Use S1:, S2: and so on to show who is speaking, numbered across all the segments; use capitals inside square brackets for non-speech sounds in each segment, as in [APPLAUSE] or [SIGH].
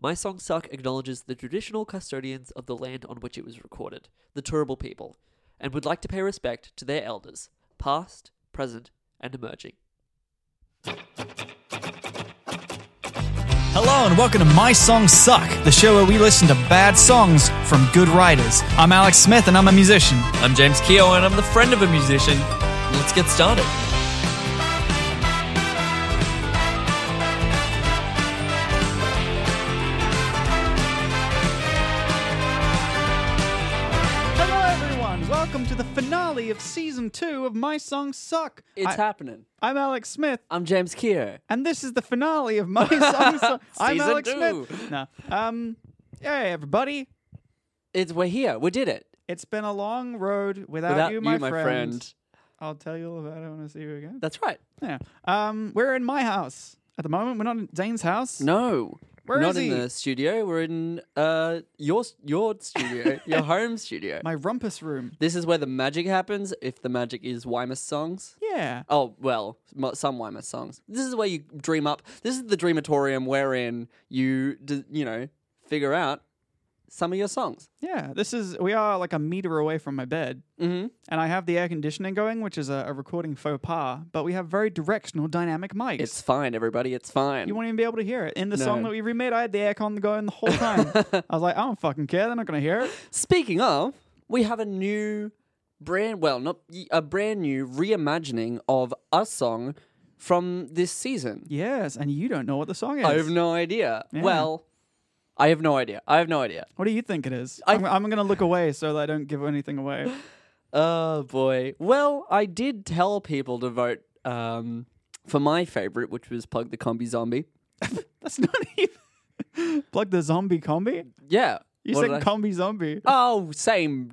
S1: My Song Suck acknowledges the traditional custodians of the land on which it was recorded, the Turrbal people, and would like to pay respect to their elders, past, present, and emerging.
S2: Hello and welcome to My Songs Suck, the show where we listen to bad songs from good writers. I'm Alex Smith and I'm a musician.
S3: I'm James Keogh, and I'm the friend of a musician. Let's get started.
S2: Hello everyone, welcome to the finale of season two of My Songs Suck.
S4: It's
S2: I,
S4: happening.
S2: am Alex Smith.
S4: I'm James Keogh.
S2: And this is the finale of My Songs Suck. I'm
S3: Season
S2: Alex
S3: two.
S2: Smith. No. Um, hey everybody.
S4: It's we're here. We did it.
S2: It's been a long road without,
S4: Without
S2: you, my, friend. I'll tell you all about it when I see you again.
S4: That's right.
S2: Yeah. Um, we're in my house at the moment. We're not in Zane's house.
S4: No.
S2: Where
S4: we're not
S2: is
S4: in
S2: he?
S4: the studio. We're in uh your your
S2: [LAUGHS]
S4: studio, your home studio.
S2: My rumpus room.
S4: this is where the magic happens. If the magic is Weimer songs.
S2: Yeah.
S4: Oh well, mo- some Weimer songs. This is where you dream up. This is the dreamatorium wherein you d- you know figure out some of your songs.
S2: Yeah, this is we are like a meter away from my bed,
S4: Mm-hmm.
S2: and I have the air conditioning going, which is a, a recording faux pas. But we have very directional dynamic mics.
S4: It's fine, everybody. It's fine.
S2: you won't even be able to hear it in the song
S4: No.
S2: that we remade. I had the aircon going the
S4: [LAUGHS]
S2: whole time. I was like, I don't fucking care. They're not gonna hear it.
S4: Speaking of, we have a new brand, well, not y- a brand new reimagining of a song from this season.
S2: Yes, and you don't know what the song is.
S4: I have no idea.
S2: Yeah.
S4: Well, I have no idea. I have no idea.
S2: What do you think it is?
S4: I-
S2: I'm, I'm gonna look away so that I don't give
S4: [LAUGHS]
S2: anything away.
S4: Oh boy. Well, I did tell people to vote um, for my favorite, which was Plug the Combi Zombie.
S2: That's not even [LAUGHS] plug the zombie combi.
S4: Yeah.
S2: You
S4: What
S2: said
S4: did I-
S2: combi zombie.
S4: Oh,
S2: [LAUGHS]
S4: same,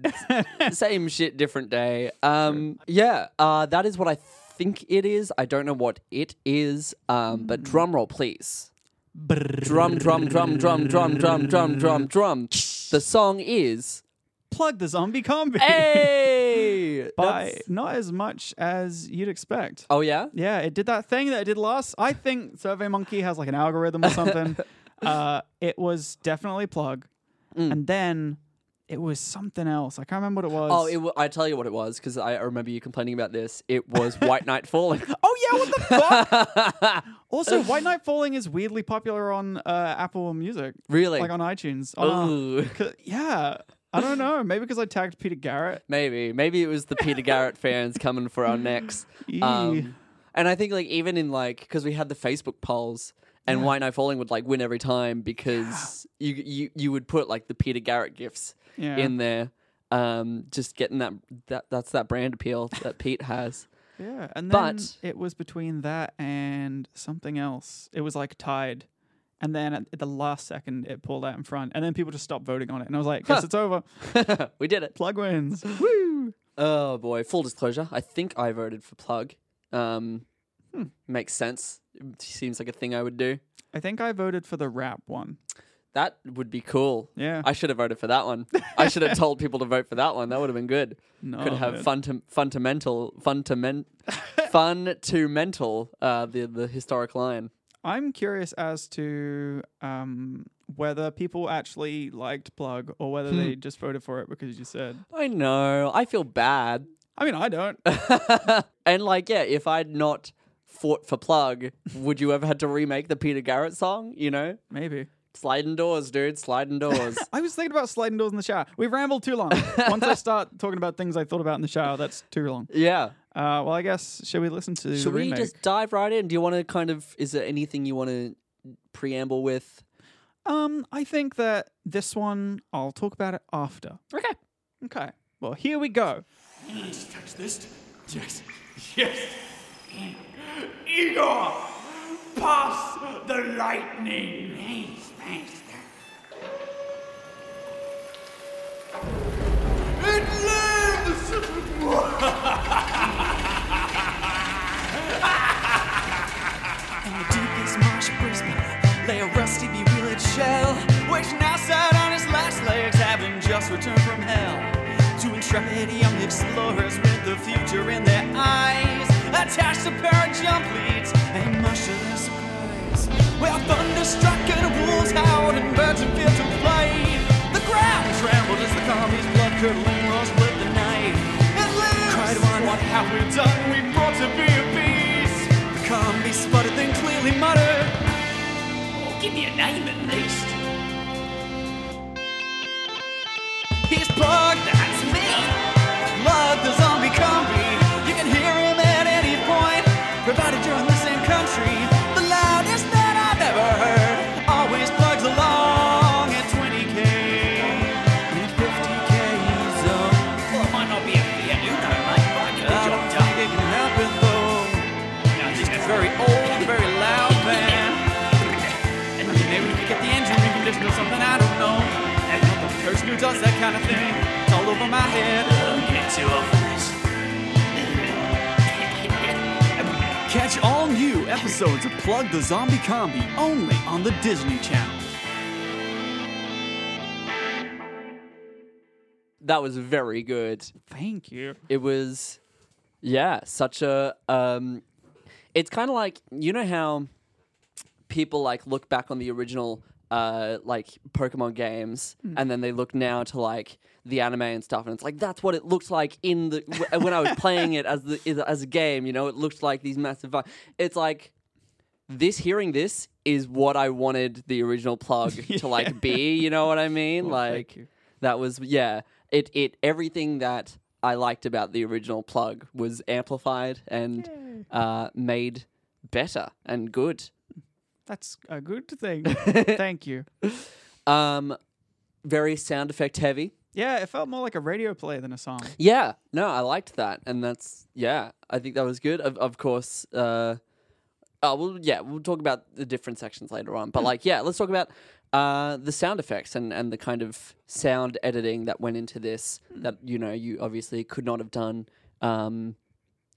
S4: same shit, different day. Um, yeah, uh, that is what I think it is. I don't know what it is, um,
S2: Hmm.
S4: but drum roll, please. Drum, drum, drum, drum, drum, drum, drum, drum,
S2: [LAUGHS]
S4: drum. The song is
S2: Plug the zombie combi.
S4: "Hey."
S2: By
S4: That's-
S2: not as much as you'd expect.
S4: oh yeah,
S2: Yeah, it did that thing that it did last. I think SurveyMonkey has like an algorithm
S4: [LAUGHS]
S2: or something. uh, it was definitely plug, and then it was something else. I can't remember what it was.
S4: Mm. Oh, it w- I tell you what it was because I I remember you complaining about this. It was White Night
S2: [LAUGHS]
S4: Falling.
S2: oh yeah, what the fuck? also, White Night Falling is weirdly popular on uh, Apple Music,
S4: [LAUGHS] Really?
S2: like on Ah. iTunes. On, [LAUGHS]
S4: Ooh.
S2: yeah, I don't know. Maybe because I tagged Peter Garrett.
S4: Maybe, maybe it was the Peter Garrett fans coming for our necks.
S2: [LAUGHS] Yee.
S4: Um, and I think like even in like because we had the Facebook polls and Why No Falling would like win every time because you you you would put like the Peter Garrett gifts
S2: Yeah.
S4: in there. Um, just getting that that that's that brand appeal that Pete has. [LAUGHS]
S2: Yeah, and then
S4: But-
S2: it was between that and something else. It was like tied, and then at at the last second it pulled out in front, and then people just stopped voting on it, and I was like, "Guess it's over.
S4: we did it.
S2: Plug
S4: [LAUGHS]
S2: wins. Woo!
S4: Oh boy, full disclosure, I think I voted for Plug. Um,
S2: Hmm.
S4: makes sense. Seems like a thing I would do.
S2: I think I voted for the rap one.
S4: That would be cool.
S2: Yeah.
S4: I should have voted for that one. I should
S2: [LAUGHS]
S4: have told people to vote for that one. That would have been good.
S2: No,
S4: Could have
S2: man.
S4: fundam- fundamental,
S2: [LAUGHS]
S4: fundament, fun to mental, uh, the, the historic line.
S2: I'm curious as to um, whether people actually liked Plug or
S4: Hmm.
S2: whether they just voted for it because you said.
S4: I know. I feel bad. [LAUGHS]
S2: I mean, I don't.
S4: and like, yeah, if I'd not fought for Plug, would you have had to remake the Peter Garrett song? You know,
S2: Maybe.
S4: sliding doors, dude, sliding doors.
S2: I was thinking about sliding doors in the shower. We've rambled
S4: [LAUGHS]
S2: too long. Once I start talking about things I thought about in the shower, that's too long.
S4: yeah.
S2: Uh, well, I guess should we listen to the
S4: Should we
S2: remake?
S4: just dive right in? Do you want to kind of? Is there anything you want to preamble with?
S2: Um, I think that this one I'll talk about it after. Okay. Okay. Well, here we go.
S5: Please touch this. Yes. Yes. Igor! Pass the lightning. Thanks, thanks. It lives!
S6: deep as marsh prism lay a rusty, bewildered shell, which now sat on his last legs, having just returned from hell. Two intrepid young explorers with the future in their eyes, attached to pair of jump leads, they muster their surprise. Well, thunderstruck and wolves howled and birds appeared to fly. The ground trembled as the commie's blood curdling rose with the knife. It lives! Cried one, what have we done? We brought to be a beast. The commie sputtered, then clearly muttered.
S5: Give me a name at least.
S6: He's plugged, that's me. Love the zombie combi. You can hear him at any point, provided you're in the same country. The loudest that I've ever heard always plugs along at 20k in 50k zone.
S5: Well, it might not be a fair new name, mate, but I get the
S6: I
S5: job
S6: don't
S5: done.
S6: think it can happen though.
S5: No,
S6: Just
S5: that's
S6: a very old, very loud man.
S5: And
S6: I mean, maybe we could get the engine reconditioned or something. I don't know. I'm not the person who does that kind of thing. It's all over my head.
S5: get too old for this.
S6: Catch all new episodes of Plug the Zombie Combi only on the Disney Channel.
S4: That was very good.
S2: Thank you.
S4: It was, yeah, such a. Um, it's kind of like you know how people like look back on the original uh, like Pokemon games, and then they look now to like the anime and stuff, and it's like that's what it looked like in the w- when I was playing it as the is- as a game. You know, it looked like these massive. vi- It's like this. Hearing this is what I wanted the original plug to like be. You know what I mean? like that was yeah. It it everything that I liked about the original plug was amplified and uh, made better and good.
S2: That's a good thing. Thank you.
S4: Um, very sound effect heavy.
S2: Yeah, it felt more like a radio play than a song.
S4: Yeah, no, I liked that, and that's yeah, I think that was good. Of of course, uh, oh well, yeah, we'll talk about the different sections later on, but like yeah, let's talk about uh the sound effects and and the kind of sound editing that went into this that you know you obviously could not have done um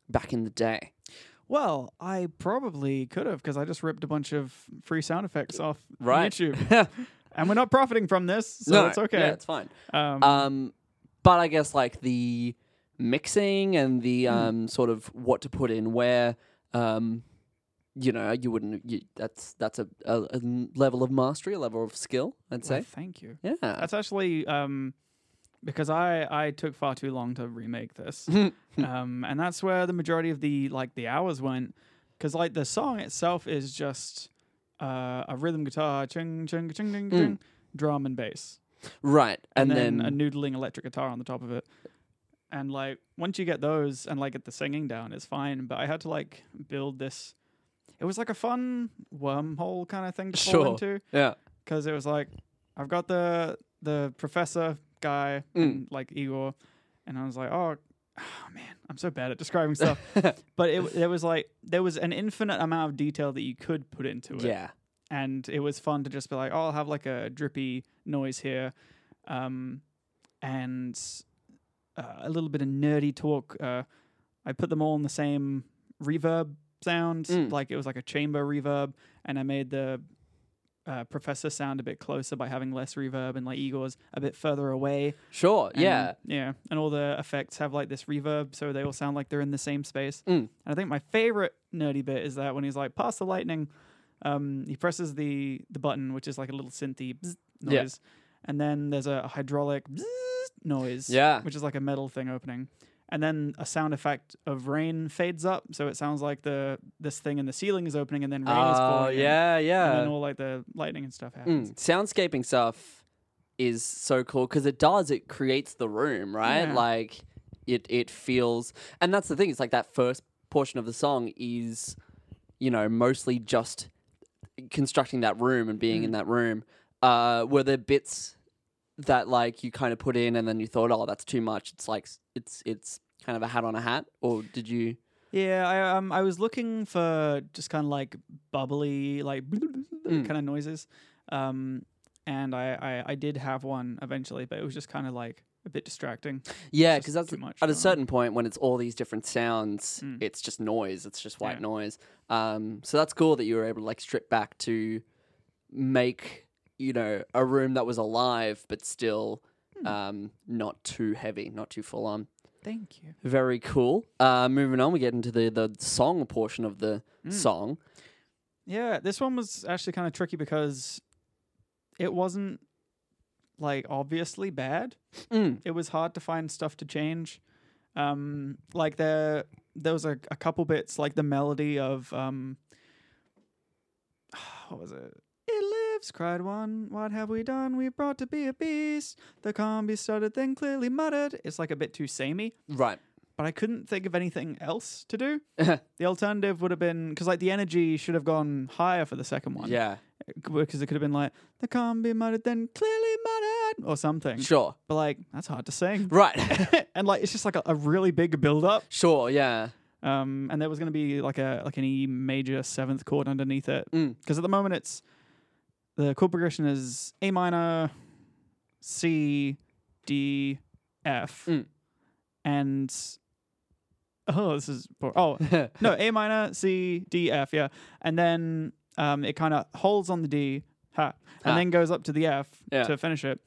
S4: back in the day.
S2: Well, I probably could have because I just ripped a bunch of free sound effects off
S4: Right.
S2: YouTube. and we're not profiting from this, so it's okay.
S4: Yeah, it's fine.
S2: um,
S4: Um, but I guess like the mixing and the
S2: Hmm.
S4: um, sort of what to put in where, um, you know, you wouldn't. You, that's that's a, a, a level of mastery, a level of skill. I'd say.
S2: well, thank you.
S4: Yeah.
S2: That's actually um, because I I took far too long to remake
S4: [LAUGHS]
S2: this, um, and that's where the majority of the like the hours went. Because like the song itself is just uh, a rhythm guitar, ching ching ching ching ching, drum and bass,
S4: right. Hmm. And,
S2: and,
S4: then,
S2: then, a noodling electric guitar on the top of it. And like once you get those and like get the singing down, it's fine. But I had to like build this. It was like a fun wormhole kind of thing to
S4: Sure.
S2: fall into
S4: yeah.
S2: because it was like I've got the the professor guy and like Igor, and I was like, oh, oh, man, I'm so bad at describing stuff. but it there was like there was an infinite amount of detail that you could put into it,
S4: Yeah.
S2: and it was fun to just be like, oh, I'll have like a drippy noise here, um, and uh, a little bit of nerdy talk. Uh, I put them all in the same reverb sound, like it was like a chamber reverb, and I made the uh, professor sound a bit closer by having less reverb and like Igor's a bit further away.
S4: Sure.
S2: And,
S4: yeah.
S2: yeah, and all the effects have like this reverb, so they all sound like they're in the same space.
S4: Mm.
S2: And I think my favorite nerdy bit is that when he's like, "Pass the lightning," um, he presses the the button, which is like a little synthy bzz noise,
S4: Yeah.
S2: and then there's a hydraulic bzz noise,
S4: Yeah.
S2: which is like a metal thing opening. And then a sound effect of rain fades up, so it sounds like the this thing in the ceiling is opening, and then rain is
S4: Oh
S2: falling. in.
S4: yeah.
S2: and then
S4: Yeah.
S2: all like the lightning and stuff happens.
S4: Mm. Soundscaping stuff is so cool because it does it creates the room right
S2: Yeah.
S4: like it it feels and that's the thing it's like that first portion of the song is you know mostly just constructing that room and being in that room uh were there bits that like you kind of put in and then you thought oh that's too much it's like s- it's it's kind of a hat on a hat or did you
S2: Yeah, I um I was looking for just kind of like bubbly, like kind of noises, um, and I, I I did have one eventually, but it was just kind of like a bit distracting.
S4: Yeah,
S2: It's
S4: because
S2: just
S4: that's
S2: too much
S4: at a
S2: going on. Mm.
S4: certain point when it's all these different sounds, it's just noise. It's just white
S2: Yeah.
S4: noise. Um, so that's cool that you were able to like strip back to make you know a room that was alive but still
S2: Hmm.
S4: um, not too heavy, not too full on.
S2: Thank you.
S4: Very cool. Uh, moving on, we get into the the song portion of the
S2: Mm.
S4: song.
S2: Yeah, this one was actually kind of tricky because it wasn't like obviously bad.
S4: Mm.
S2: It was hard to find stuff to change. Um, like there, there was a, a couple bits like the melody of um, [SIGHS] what was it? It lives, cried one. What have we done? We brought to be a beast. The combi started, then clearly muttered. It's like a bit too samey
S4: Right.
S2: but I couldn't think of anything else to
S4: [LAUGHS]
S2: do.
S4: Uh-huh.
S2: the alternative would have been because like the energy should have gone higher for the second one.
S4: Yeah.
S2: because it could have been like the combi muttered, then clearly muttered or something.
S4: Sure.
S2: but like that's hard to sing.
S4: Right. [LAUGHS]
S2: [LAUGHS] and like it's just like a, a really big build up.
S4: sure. Yeah.
S2: Um, and there was going to be like a like an E major seventh chord underneath it
S4: Mm.
S2: because at the moment it's the chord progression is A minor, C, D, F,
S4: Mm.
S2: and oh, this is poor. oh
S4: [LAUGHS]
S2: no A minor, C, D, F, yeah, and then um, it kind of holds on the D, ha, and
S4: Ah.
S2: then goes up to the F
S4: Yeah.
S2: to finish it.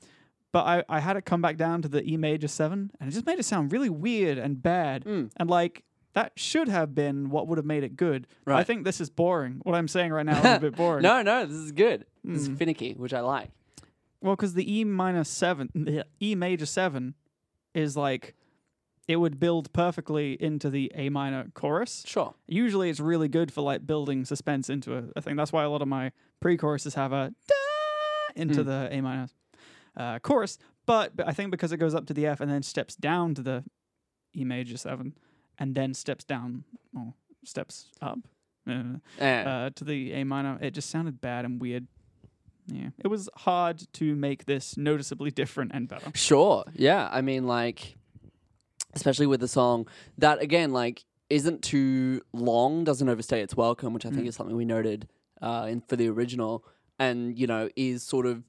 S2: But I, I had it come back down to the E major seven, and it just made it sound really weird and bad.
S4: Hmm.
S2: And like that should have been what would have made it good. I
S4: Right.
S2: think this is boring. What I'm saying right
S4: [LAUGHS]
S2: now is a bit boring.
S4: No, no, this is good. This
S2: Mm.
S4: is finicky, which I like.
S2: Well, because the E minor seven, the E major seven, is like it would build perfectly into the A minor chorus.
S4: Sure.
S2: Usually, it's really good for like building suspense into a, a thing. That's why a lot of my pre-choruses have a da into the A minor uh, chorus. But, but I think because it goes up to the F and then steps down to the E major seven, and then steps down, or steps up uh,
S4: Yeah.
S2: uh, to the A minor, it just sounded bad and weird. Yeah, it was hard to make this noticeably different and better.
S4: Sure. Yeah. I mean, like, especially with the song that, again, like, isn't too long, doesn't overstay its welcome, which I think is something we noted uh, in, for the original, and, you know, is sort of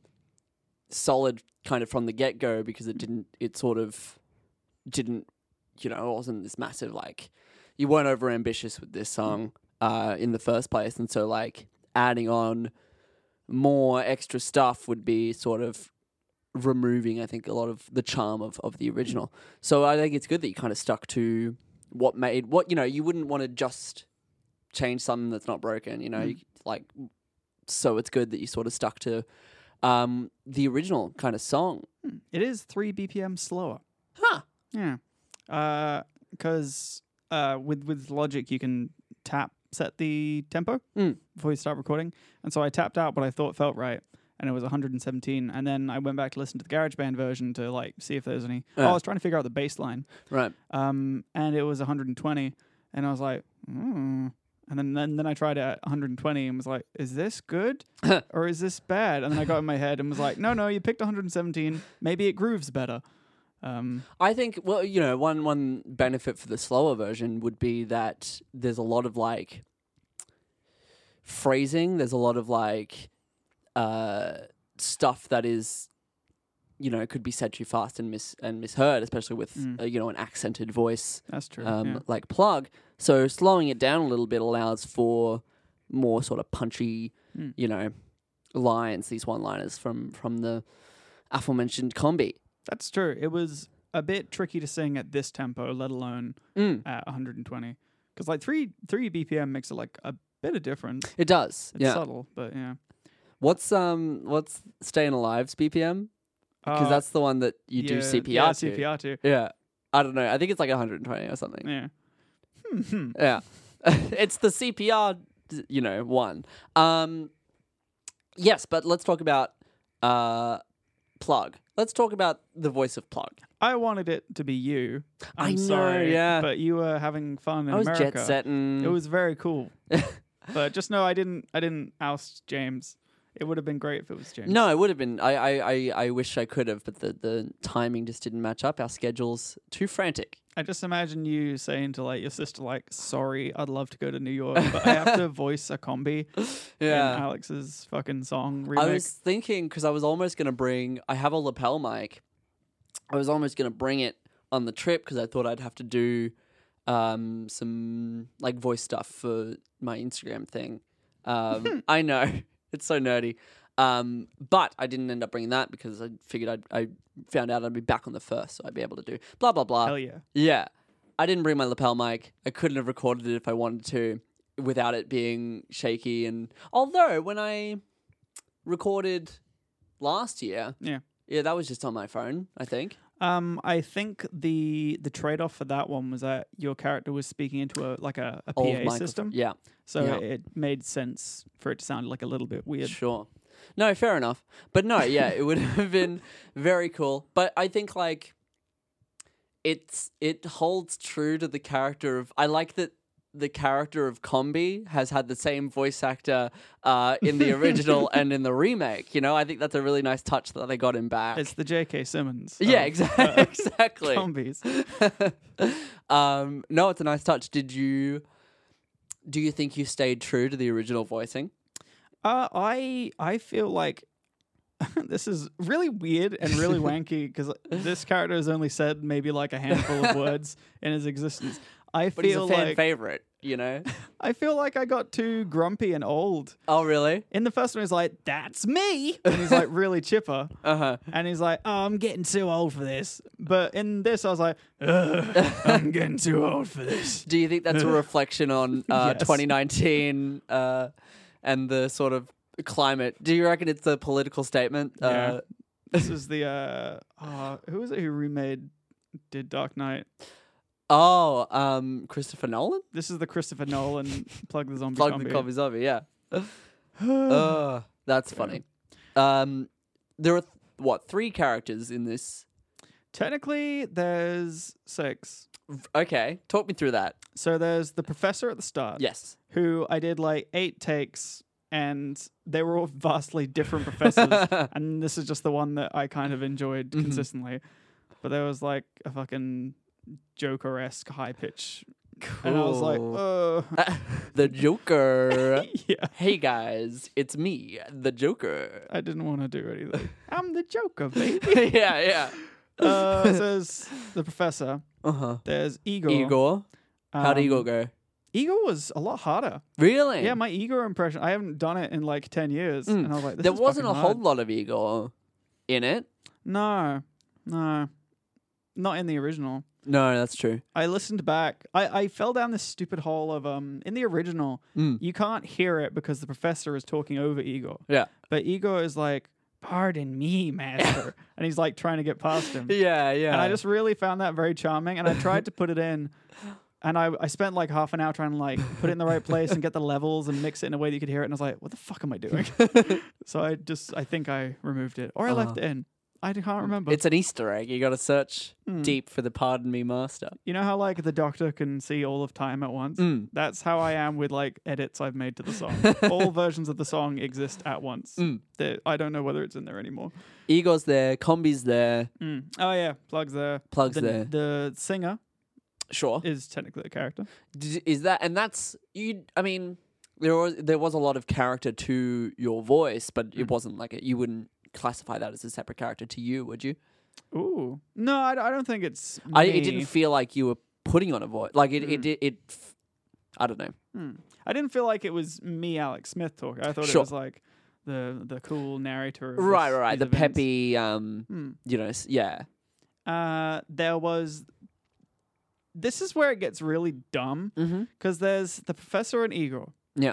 S4: solid kind of from the get go because it didn't, it sort of didn't, you know, it wasn't this massive, like, you weren't over ambitious with this song uh, in the first place. And so, like, adding on more extra stuff would be sort of removing, I think, a lot of the charm of, of the original. So I think it's good that you kind of stuck to what made what you know. You wouldn't want to just change something that's not broken, you know. You, like, so it's good that you sort of stuck to um, the original kind of song.
S2: It is three BPM slower.
S4: Huh.
S2: Yeah, because uh, with with Logic you can tap set the tempo
S4: Mm.
S2: before you start recording, and so I tapped out what I thought felt right, and it was 117. And then I went back to listen to the GarageBand version to like see if there was any. Oh, I
S4: Yeah.
S2: was trying to figure out the bass line,
S4: Right.
S2: um, and it was 120, and I was like, mm. and then, then then I tried it at 120 and was like, is this
S4: [LAUGHS]
S2: good or is this bad? And then I got in my head and was like, no, no, you picked 117. Maybe it grooves better. Um,
S4: I think well, you know, one one benefit for the slower version would be that there's a lot of like phrasing, there's a lot of like uh stuff that is you know, could be said too fast and mis and misheard, especially with uh, you know an accented voice
S2: that's Mm. true.
S4: um,
S2: yeah.
S4: like plug. So slowing it down a little bit allows for more sort of punchy,
S2: Mm.
S4: you know, lines. These one-liners from from the aforementioned combi.
S2: That's true. It was a bit tricky to sing at this tempo, let alone
S4: Mm.
S2: at 120, because like three three BPM makes it like a bit of difference.
S4: It does,
S2: It's
S4: yeah.
S2: subtle, but yeah.
S4: What's um what's staying alive's BPM? Because
S2: Uh,
S4: that's the one that you do
S2: yeah,
S4: CPR
S2: yeah,
S4: to.
S2: CPR to.
S4: Yeah. I don't know. I think it's like 120 or something.
S2: Yeah.
S4: Yeah. [LAUGHS] it's the CPR, you know, one. Um yes, but let's talk about uh plug. Let's talk about the voice of plug.
S2: I wanted it to be you. I'm
S4: I know,
S2: sorry,
S4: yeah.
S2: But you were having fun in
S4: I was
S2: America.
S4: jet setting.
S2: It was very
S4: [LAUGHS]
S2: cool. but just know I didn't I didn't oust James. It would have been great if it was James.
S4: No, it would have been. I, I, I, I wish I could have, but the, the timing just didn't match up. Our schedules too frantic.
S2: I just imagine you saying to like your sister, like, "Sorry, I'd love to go to
S4: [LAUGHS]
S2: New York, but I have to voice a combi."
S4: Yeah.
S2: in Alex's fucking song
S4: I
S2: remake.
S4: was thinking because I was almost gonna bring. I have a lapel mic. I was almost gonna bring it on the trip because I thought I'd have to do um, some like voice stuff for my Instagram thing. Um, I know [LAUGHS] it's so nerdy, um, but I didn't end up bringing that because I figured I'd, I found out I'd be back on the first, so I'd be able to do blah blah blah.
S2: Hell yeah.
S4: Yeah. I didn't bring my lapel mic. I couldn't have recorded it if I wanted to without it being shaky. And although when I recorded last year,
S2: Yeah.
S4: yeah, that was just on my phone, I think.
S2: Um, I think the the trade off for that one was that your character was speaking into a like a, a
S4: Old
S2: PA
S4: microphone.
S2: system,
S4: Yeah,
S2: so
S4: yeah.
S2: it made sense for it to sound like a little bit weird.
S4: sure. No, fair enough. But no, yeah, it would [LAUGHS] have been very cool. But I think like it's it holds true to the character of I like that the character of Combi has had the same voice actor uh, in
S2: [LAUGHS]
S4: the original and in the remake. You know, I think that's a really nice touch that they got him back.
S2: It's the J.K. Simmons.
S4: yeah,
S2: of, [LAUGHS] uh,
S4: exactly. [LAUGHS] exactly.
S2: Zombies.
S4: [LAUGHS] um, no, it's a nice touch. Did you do you think you stayed true to the original voicing?
S2: Uh, I I feel like [LAUGHS] this is really weird and
S4: [LAUGHS]
S2: really wanky because this character has only said maybe like a
S4: [LAUGHS]
S2: handful of words in his existence. I
S4: But he's
S2: feel
S4: a fan
S2: like
S4: favorite, you know.
S2: I feel like I got too grumpy and old.
S4: oh, really?
S2: In the first one, he's like, "That's me," and he's like really chipper,
S4: Uh huh.
S2: and he's like, "Oh, I'm getting too old for this." But in this, I was like, Ugh, "I'm getting too old for this."
S4: Do you think that's
S2: [LAUGHS]
S4: a reflection on uh,
S2: Yes.
S4: 2019 uh, and the sort of climate? Do you reckon it's a political statement?
S2: Yeah.
S4: Uh,
S2: This is the uh, uh who was it who remade did Dark Knight?
S4: oh, um, Christopher Nolan
S2: This is the Christopher Nolan plug the zombie.
S4: plugged the
S2: combi.
S4: copies of it.
S2: [SIGHS]
S4: Yeah. Ugh, that's funny. Um, there are th- what three characters in this?
S2: Technically, there's six.
S4: Okay, talk me through that.
S2: So there's the professor at the start.
S4: Yes.
S2: Who I did like eight takes, and they were all vastly different
S4: [LAUGHS]
S2: professors. and this is just the one that I kind of enjoyed
S4: Mm-hmm.
S2: consistently. But there was like a fucking Joker esque high pitch. And I was like,
S4: Cool.
S2: oh.
S4: [LAUGHS] the Joker.
S2: [LAUGHS] yeah.
S4: hey guys, it's me, the Joker. [LAUGHS]
S2: I didn't want to do anything. I'm the Joker, baby.
S4: yeah,
S2: [LAUGHS]
S4: yeah.
S2: uh, so there's the professor.
S4: Uh huh.
S2: There's Igor.
S4: Igor. How'd
S2: Um,
S4: Igor go?
S2: Igor was a lot harder.
S4: Really?
S2: Yeah, my Igor impression. I haven't done it in like ten years, and I was like,
S4: Hmm.
S2: this
S4: there
S2: is
S4: wasn't a
S2: fucking
S4: whole lot
S2: hard.
S4: of Igor in it.
S2: No, no, not in the original.
S4: No, that's true.
S2: I listened back. I, I fell down this stupid hole of um in the original. You can't hear it because the professor is talking over Igor,
S4: Yeah.
S2: but Igor is like, "Pardon me, master," and he's like trying to get past him.
S4: Yeah, yeah.
S2: And I just really found that very charming, and I tried to put it in. And I, I spent like half an hour trying to like put it in the right place and get the levels and mix it in a way that you could hear it. And I was like, what the fuck am I doing? so I just, I think I removed it or I left it in. I can't remember.
S4: it's an Easter egg. You got to search
S2: Hmm.
S4: deep for the Pardon Me Master.
S2: you know how like the doctor can see all of time at once?
S4: Mm.
S2: That's how I am with like edits I've made to
S4: [LAUGHS]
S2: the song. all versions of the song exist at once.
S4: Mm.
S2: They- I don't know whether it's in there anymore.
S4: Igor's there. Combi's there.
S2: Mm. Oh, yeah. Plugs there.
S4: Plugs
S2: the,
S4: there.
S2: The singer
S4: Sure.
S2: is technically a character.
S4: Did- is that and that's you i mean there was there was a lot of character to your voice but
S2: Hmm.
S4: it wasn't like a, you wouldn't classify that as a separate character to you would you
S2: Ooh. No, I, I don't think it's.
S4: i it
S2: me. Hmm.
S4: didn't feel like you were putting on a voice like it it, it, it f- i don't know
S2: I didn't feel like it was me, Alex Smith, talking. I thought
S4: Sure.
S2: it was like the the cool narrator. Of
S4: right
S2: this-
S4: right right
S2: these
S4: the
S2: events.
S4: peppy um
S2: Hmm.
S4: you know s- yeah
S2: Uh, there was. This is where it gets really dumb because there's the professor and Igor,
S4: yeah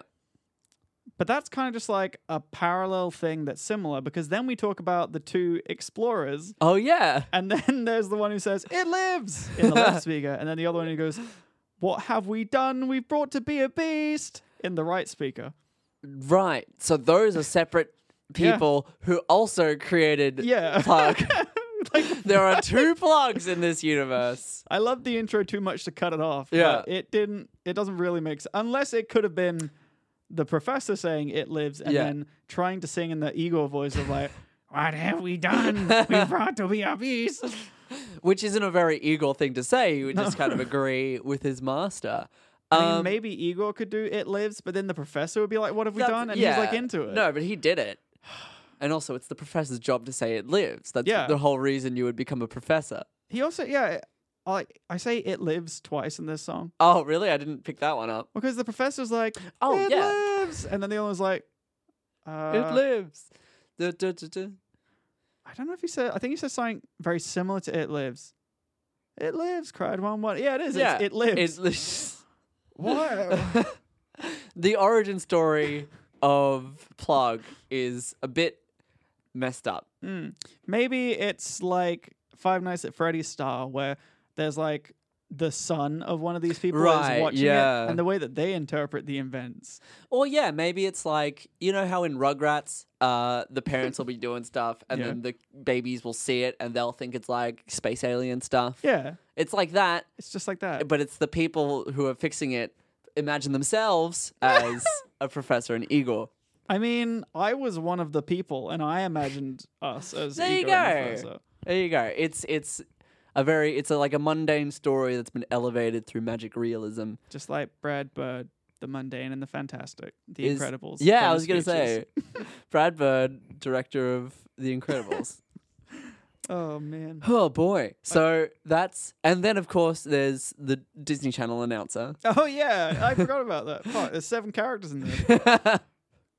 S2: but that's kind of just like a parallel thing that's similar because then we talk about the two explorers,
S4: oh yeah
S2: and [LAUGHS] then there's the one who says it lives in the left speaker, and then the other one who goes, "What have we done? We've brought to be a beast." In the right speaker.
S4: right so those are separate
S2: [LAUGHS] Yeah.
S4: people who also created
S2: Yeah.
S4: plug
S2: [LAUGHS] Like,
S4: [LAUGHS] there are two plugs in this universe
S2: I love the intro too much to cut it off.
S4: Yeah.
S2: but it didn't. It doesn't really make sense unless it could have been the professor saying it lives and
S4: Yeah.
S2: then trying
S4: [LAUGHS]
S2: to sing in the Igor voice of like, "What have we done? we brought to be a beast."
S4: which isn't a very Igor thing to say. He would just kind of
S2: [LAUGHS]
S4: agree with his master. Uh,
S2: I
S4: Um,
S2: mean, maybe Igor could do It Lives, but then the professor would be like, "What have we
S4: That's-
S2: done?" And he's like into it.
S4: No, but he did it. And also, it's the professor's job to say it lives. That's
S2: Yeah.
S4: the whole reason you would become a professor.
S2: He also, yeah, I I say It Lives twice in this song
S4: Oh, really? I didn't pick that one up.
S2: because the professor's like,
S4: Oh,
S2: "It
S4: yeah.
S2: lives," and then the other one's like, uh,
S4: it lives. Du- du- du- du.
S2: I don't know if he said. I think he said something very similar to "It Lives." It lives, cried one. What? Yeah, it is. It's, it lives.
S4: It lives.
S2: what?
S4: the origin story of Plug is a bit messed up.
S2: [LAUGHS] Maybe it's like Five Nights at Freddy's style, where there's like the son of one of these people
S4: Right,
S2: is watching
S4: yeah.
S2: it, and the way that they interpret the events.
S4: Or yeah, maybe it's like you know how in Rugrats, uh, the parents will be doing stuff, and
S2: Yeah.
S4: then the babies will see it, and they'll think it's like space alien stuff.
S2: Yeah,
S4: It's like that,
S2: it's just like that.
S4: but it's the people who are fixing it imagine
S2: [LAUGHS]
S4: themselves as a professor and Igor.
S2: I mean, I was one of the people, and I imagined us as
S4: There you
S2: Igor and the
S4: go.
S2: Professor.
S4: There you go. It's it's a very it's a, like a mundane story that's been elevated through magic realism.
S2: just like Brad Bird, the mundane and the fantastic, the
S4: Is-
S2: Incredibles.
S4: Yeah, I
S2: famous
S4: was gonna say
S2: speeches.
S4: [LAUGHS] Brad Bird, director of The Incredibles.
S2: Oh man,
S4: [LAUGHS] Oh boy. So that's and then of course there's the Disney Channel announcer.
S2: oh yeah,
S4: [LAUGHS]
S2: I forgot about that. Fuck, there's seven characters in there.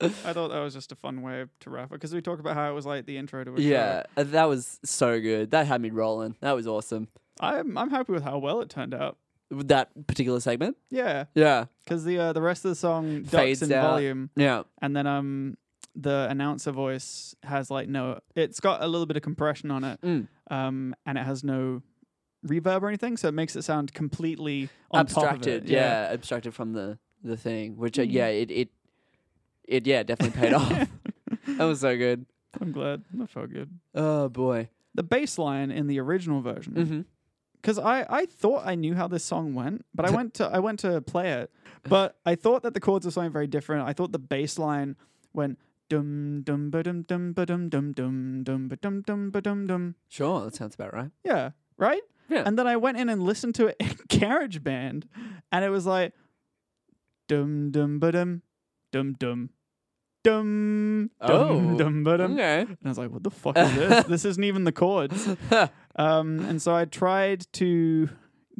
S2: I thought that was just a fun way to wrap it because we talk about how it was like the intro to a show.
S4: yeah, uh, that was so good. That had me rolling. That was awesome.
S2: I'm I'm happy with how well it turned out.
S4: With That particular segment.
S2: Yeah,
S4: Yeah.
S2: because the uh, the rest of the song ducks
S4: Fades
S2: in
S4: out.
S2: volume,
S4: Yeah.
S2: and then um the announcer voice has like no, it's got a little bit of compression on it,
S4: Mm.
S2: um, and it has no reverb or anything, so it makes it sound completely on top of it.
S4: abstracted. yeah. abstracted from the the thing. Which uh, yeah, it it it yeah definitely [LAUGHS] paid off. That was so good.
S2: I'm glad that felt good.
S4: Oh boy.
S2: the bass line in the original version
S4: Mhm.
S2: because I, I thought i knew how this song went
S4: [LAUGHS]
S2: but i went to i went to play it but i thought that the chords were something very different i thought the bass line went dum dum ba dum dum ba dum dum dum dum ba dum dum ba dum dum
S4: Sure, that sounds about right.
S2: yeah right
S4: Yeah.
S2: and then i went in and listened to it in [LAUGHS] carriage band and it was like dum dum ba dum dum dum dum
S4: Oh,
S2: dum dum ba dum
S4: Okay.
S2: and I was like, what the fuck is this? this isn't even
S4: [LAUGHS]
S2: the chords. um, and so I tried to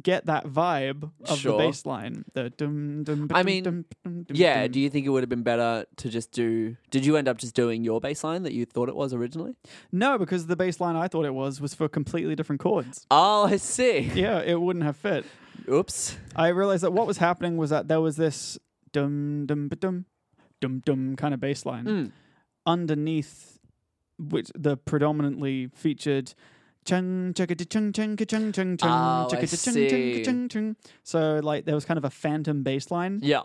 S2: get that vibe of
S4: Sure.
S2: the bass line. The dum dum ba
S4: I
S2: dum
S4: mean,
S2: dum dum dum
S4: Yeah.
S2: dum.
S4: Do you think it would have been better to just do? Did you end up just doing your baseline that you thought it was originally?
S2: No, because the bass line I thought it was was for completely different chords.
S4: Oh, I see.
S2: Yeah, it wouldn't have fit.
S4: Oops.
S2: I realized that what was happening was that there was this dum dum ba dum dum dum kind of bass line
S4: Mm.
S2: underneath which the predominantly featured chung chugga chung chung chung chung chung
S4: Oh, I
S2: chugga chung
S4: see.
S2: chung chung chung. So like there was kind of a phantom bass line.
S4: Yeah.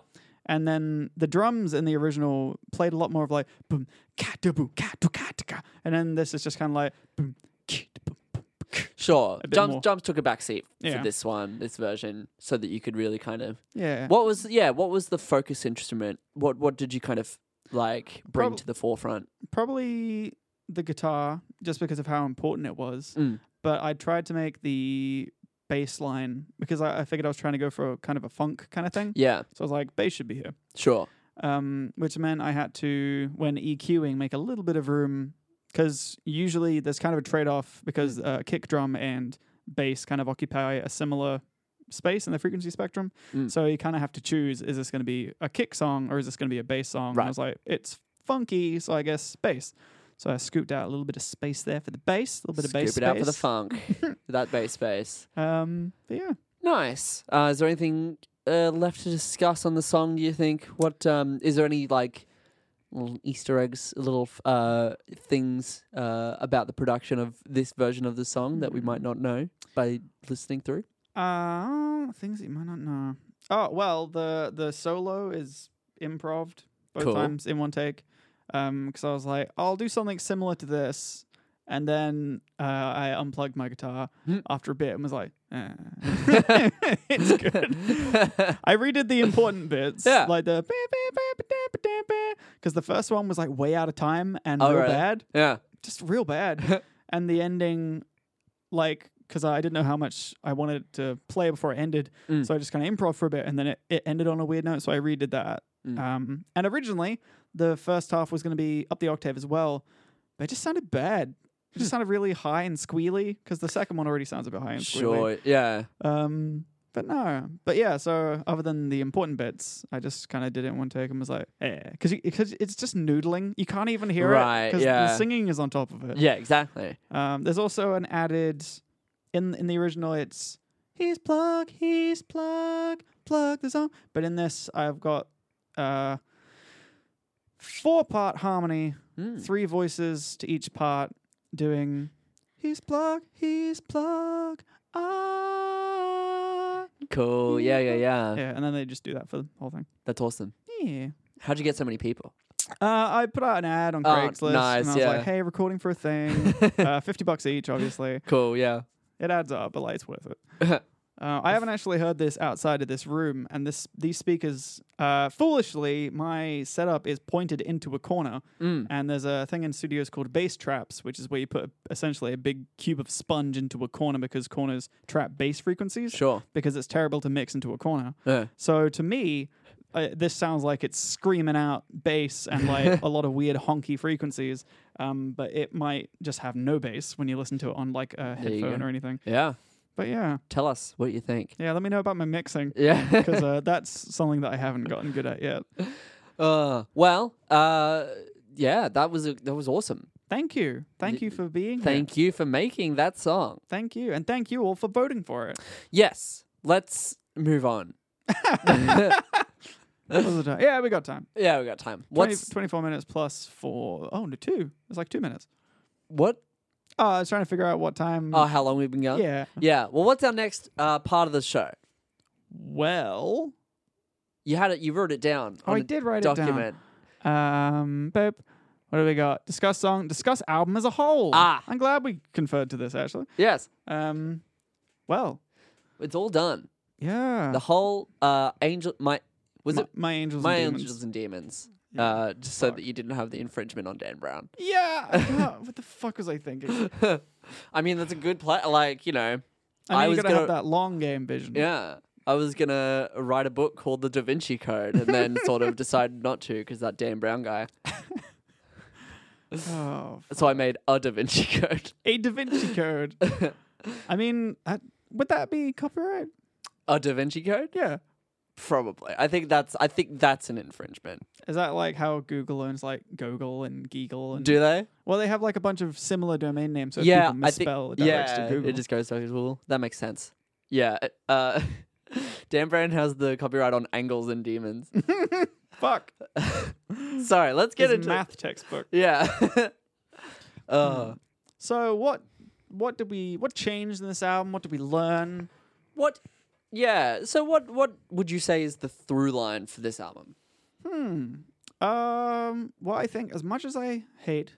S2: And then the drums in the original played a lot more of like boom ka da boo ka do ka da ka. And then this is just kind of like boom ki da boom boom k.
S4: Sure.
S2: A bit
S4: Jumps,
S2: more.
S4: jumps took a backseat
S2: Yeah.
S4: for this one, this version, so that you could really kind of.
S2: Yeah.
S4: What was yeah? What was the focus instrument? What what did you kind of like bring
S2: Prob-
S4: to the forefront?
S2: Probably the guitar just because of how important it was.
S4: Mm.
S2: But I tried to make the bass line because I, I figured I was trying to go for a, kind of a funk kind of thing.
S4: Yeah.
S2: So I was like, bass should be here.
S4: Sure.
S2: um, which meant I had to, when EQing, make a little bit of room because usually there's kind of a trade off because
S4: Hmm.
S2: uh, kick drum and bass kind of occupy a similar space in the frequency spectrum.
S4: Mm.
S2: So you kind of have to choose is this going to be a kick song or is this going to be a bass song? And
S4: Right.
S2: I was like, it's funky, so I guess bass. So I scooped out a little bit of space there for the bass, a little bit of
S4: Scoop
S2: bass
S4: it out for the
S2: space.
S4: funk.
S2: [LAUGHS]
S4: that bass space.
S2: Um, but yeah,
S4: Nice. Uh, is there anything uh, left to discuss on the song? Do you think? What um, is there any like little Easter eggs, little f- uh, things uh, about the production of this version of the song that we might not know by listening [LAUGHS] through?
S2: uh, things that you might not know. Oh well, the the solo is improved both
S4: Cool.
S2: times in one take. Um, because I was like, I'll do something similar to this, and then uh, I unplugged my guitar
S4: Hmm.
S2: after a bit and was like, eh.
S4: [LAUGHS]
S2: [LAUGHS] it's good. I redid the important bits,
S4: Yeah.
S2: like the because the first one was like way out of time and
S4: Oh,
S2: real
S4: really?
S2: bad
S4: Yeah. [LAUGHS]
S2: just real bad. and the ending, like, because I didn't know how much I wanted to play before it ended.
S4: Mm.
S2: So I just kind of improv for a bit, and then it, it ended on a weird note. So I redid that.
S4: Mm.
S2: Um, and originally, the first half was going to be up the octave as well, but it just sounded bad. It
S4: Hmm.
S2: just sounded really high and squealy because the second one already sounds a bit high and squealy.
S4: Sure. Yeah.
S2: Um, but no, but yeah. So other than the important bits, I just kind of did it in one take and was like, eh, because because it's just noodling. You can't even hear
S4: Right,
S2: it because
S4: yeah.
S2: the singing is on top of it.
S4: Yeah. Exactly.
S2: Um, there's also an added in in the original. It's he's plug, he's plug, plug the song. But in this, I've got uh, four part harmony,
S4: Hmm.
S2: three voices to each part, doing he's plug, he's plug.
S4: [LAUGHS]
S2: Ah,
S4: Cool. Yeah. Yeah. Yeah.
S2: yeah, and then they just do that for the whole thing.
S4: That's awesome.
S2: Yeah.
S4: How'd you get so many people?
S2: Uh, I put out an ad on
S4: Oh,
S2: Craigslist,
S4: nice,
S2: and I was
S4: yeah.
S2: like, "Hey, recording for
S4: [LAUGHS]
S2: a thing, uh, fifty bucks each, obviously.
S4: Cool. Yeah.
S2: It adds up, but like, it's worth it."
S4: [LAUGHS]
S2: Uh, I haven't actually heard this outside of this room, and this these speakers. Uh, foolishly, my setup is pointed into a corner,
S4: Mm.
S2: and there's a thing in studios called bass traps, which is where you put essentially a big cube of sponge into a corner because corners trap bass frequencies.
S4: Sure.
S2: Because it's terrible to mix into a corner.
S4: Yeah.
S2: So to me, uh, this sounds like it's screaming out bass
S4: [LAUGHS]
S2: and like a lot of weird honky frequencies. Um, but it might just have no bass when you listen to it on like
S4: There
S2: a
S4: you
S2: headphone
S4: go.
S2: or anything.
S4: Yeah.
S2: But yeah,
S4: Tell us what you think.
S2: yeah. Let me know about my mixing
S4: [LAUGHS] Yeah.
S2: because uh, that's something that I haven't gotten good at yet.
S4: Uh, well, uh, yeah, that was a, that was awesome.
S2: Thank you, thank you for being
S4: Thank you for making that song.
S2: here. Thank you, and thank you all for voting
S4: [LAUGHS]
S2: for it.
S4: Yes, let's move on.
S2: That was the time. Yeah, we got time.
S4: Yeah, we got time.
S2: 20,
S4: What's
S2: 24 minutes plus four. Oh, no, two. It's like two minutes.
S4: what?
S2: Oh, I was trying to figure out what time.
S4: Oh, how long we've been going?
S2: Mm. yeah.
S4: yeah. Well, what's our next uh, part of the show?
S2: Well,
S4: You had it. You wrote it down.
S2: Oh,
S4: on
S2: I
S4: a
S2: did write it down.
S4: document.
S2: Um, boop. What do we got? Discuss song, discuss album as a whole.
S4: Ah.
S2: I'm glad we conferred to this actually.
S4: Yes,
S2: Um, well,
S4: it's all done.
S2: yeah.
S4: The whole uh, angel. My was
S2: my,
S4: it
S2: my angels?
S4: my
S2: and Demons.
S4: angels and demons? Uh, just so that you didn't have the infringement on Dan Brown.
S2: Yeah.
S4: [LAUGHS]
S2: I can't- what the fuck was I thinking?
S4: I mean, that's a good play. Like you know,
S2: I, mean,
S4: was
S2: you gotta,
S4: gonna
S2: have that long game vision.
S4: Yeah. I was going to write a book called The Da Vinci Code and then sort
S2: [LAUGHS]
S4: of decided not to because that Dan Brown guy.
S2: Oh,
S4: So I made a Da Vinci Code.
S2: a
S4: [LAUGHS]
S2: Da Vinci Code. I mean, that, would that be copyright?
S4: A Da Vinci Code?
S2: Yeah.
S4: Probably. I think that's I think that's an infringement.
S2: Is that like how Google owns like Google and Geegle and
S4: Do they?
S2: well they have like a bunch of similar domain names so if
S4: yeah,
S2: people
S4: I think
S2: misspell it directs
S4: yeah,
S2: to Google.
S4: it just goes to Google. That makes sense. Yeah. Uh, [LAUGHS] Dan Brown has the copyright on Angles and Demons.
S2: [LAUGHS] fuck.
S4: uh, Sorry, let's get
S2: His
S4: into
S2: math Hmm. textbook.
S4: Yeah. [LAUGHS] uh,
S2: So what what did we what changed in this album? What did we learn?
S4: What? Yeah. So what? What would you say is the through line for this album?
S2: Um well I think as much as I hate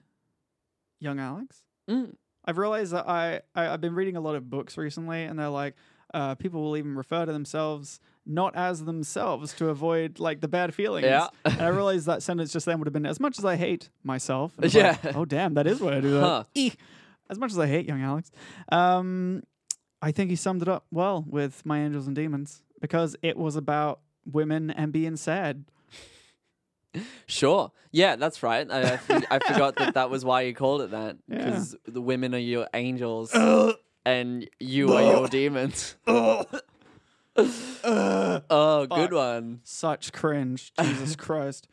S2: young Alex,
S4: Mm.
S2: I've realized that I, I I've been reading a lot of books recently and they're like uh, people will even refer to themselves not as themselves to avoid like the bad feelings.
S4: Yeah. [LAUGHS]
S2: and I realized that sentence just then would have been as much as I hate myself. and it's
S4: Yeah.
S2: like, oh damn, that is what I do. that."
S4: Huh.
S2: Eek. As much as I hate young Alex. Um I think he summed it up well with My Angels and Demons because it was about women and being sad.
S4: Sure. Yeah, that's right. I I, f- I forgot that that was why you called it that because the women are your angels and you are your demons. [LAUGHS] oh, good one.
S2: Such cringe.
S4: [LAUGHS]
S2: Jesus Christ.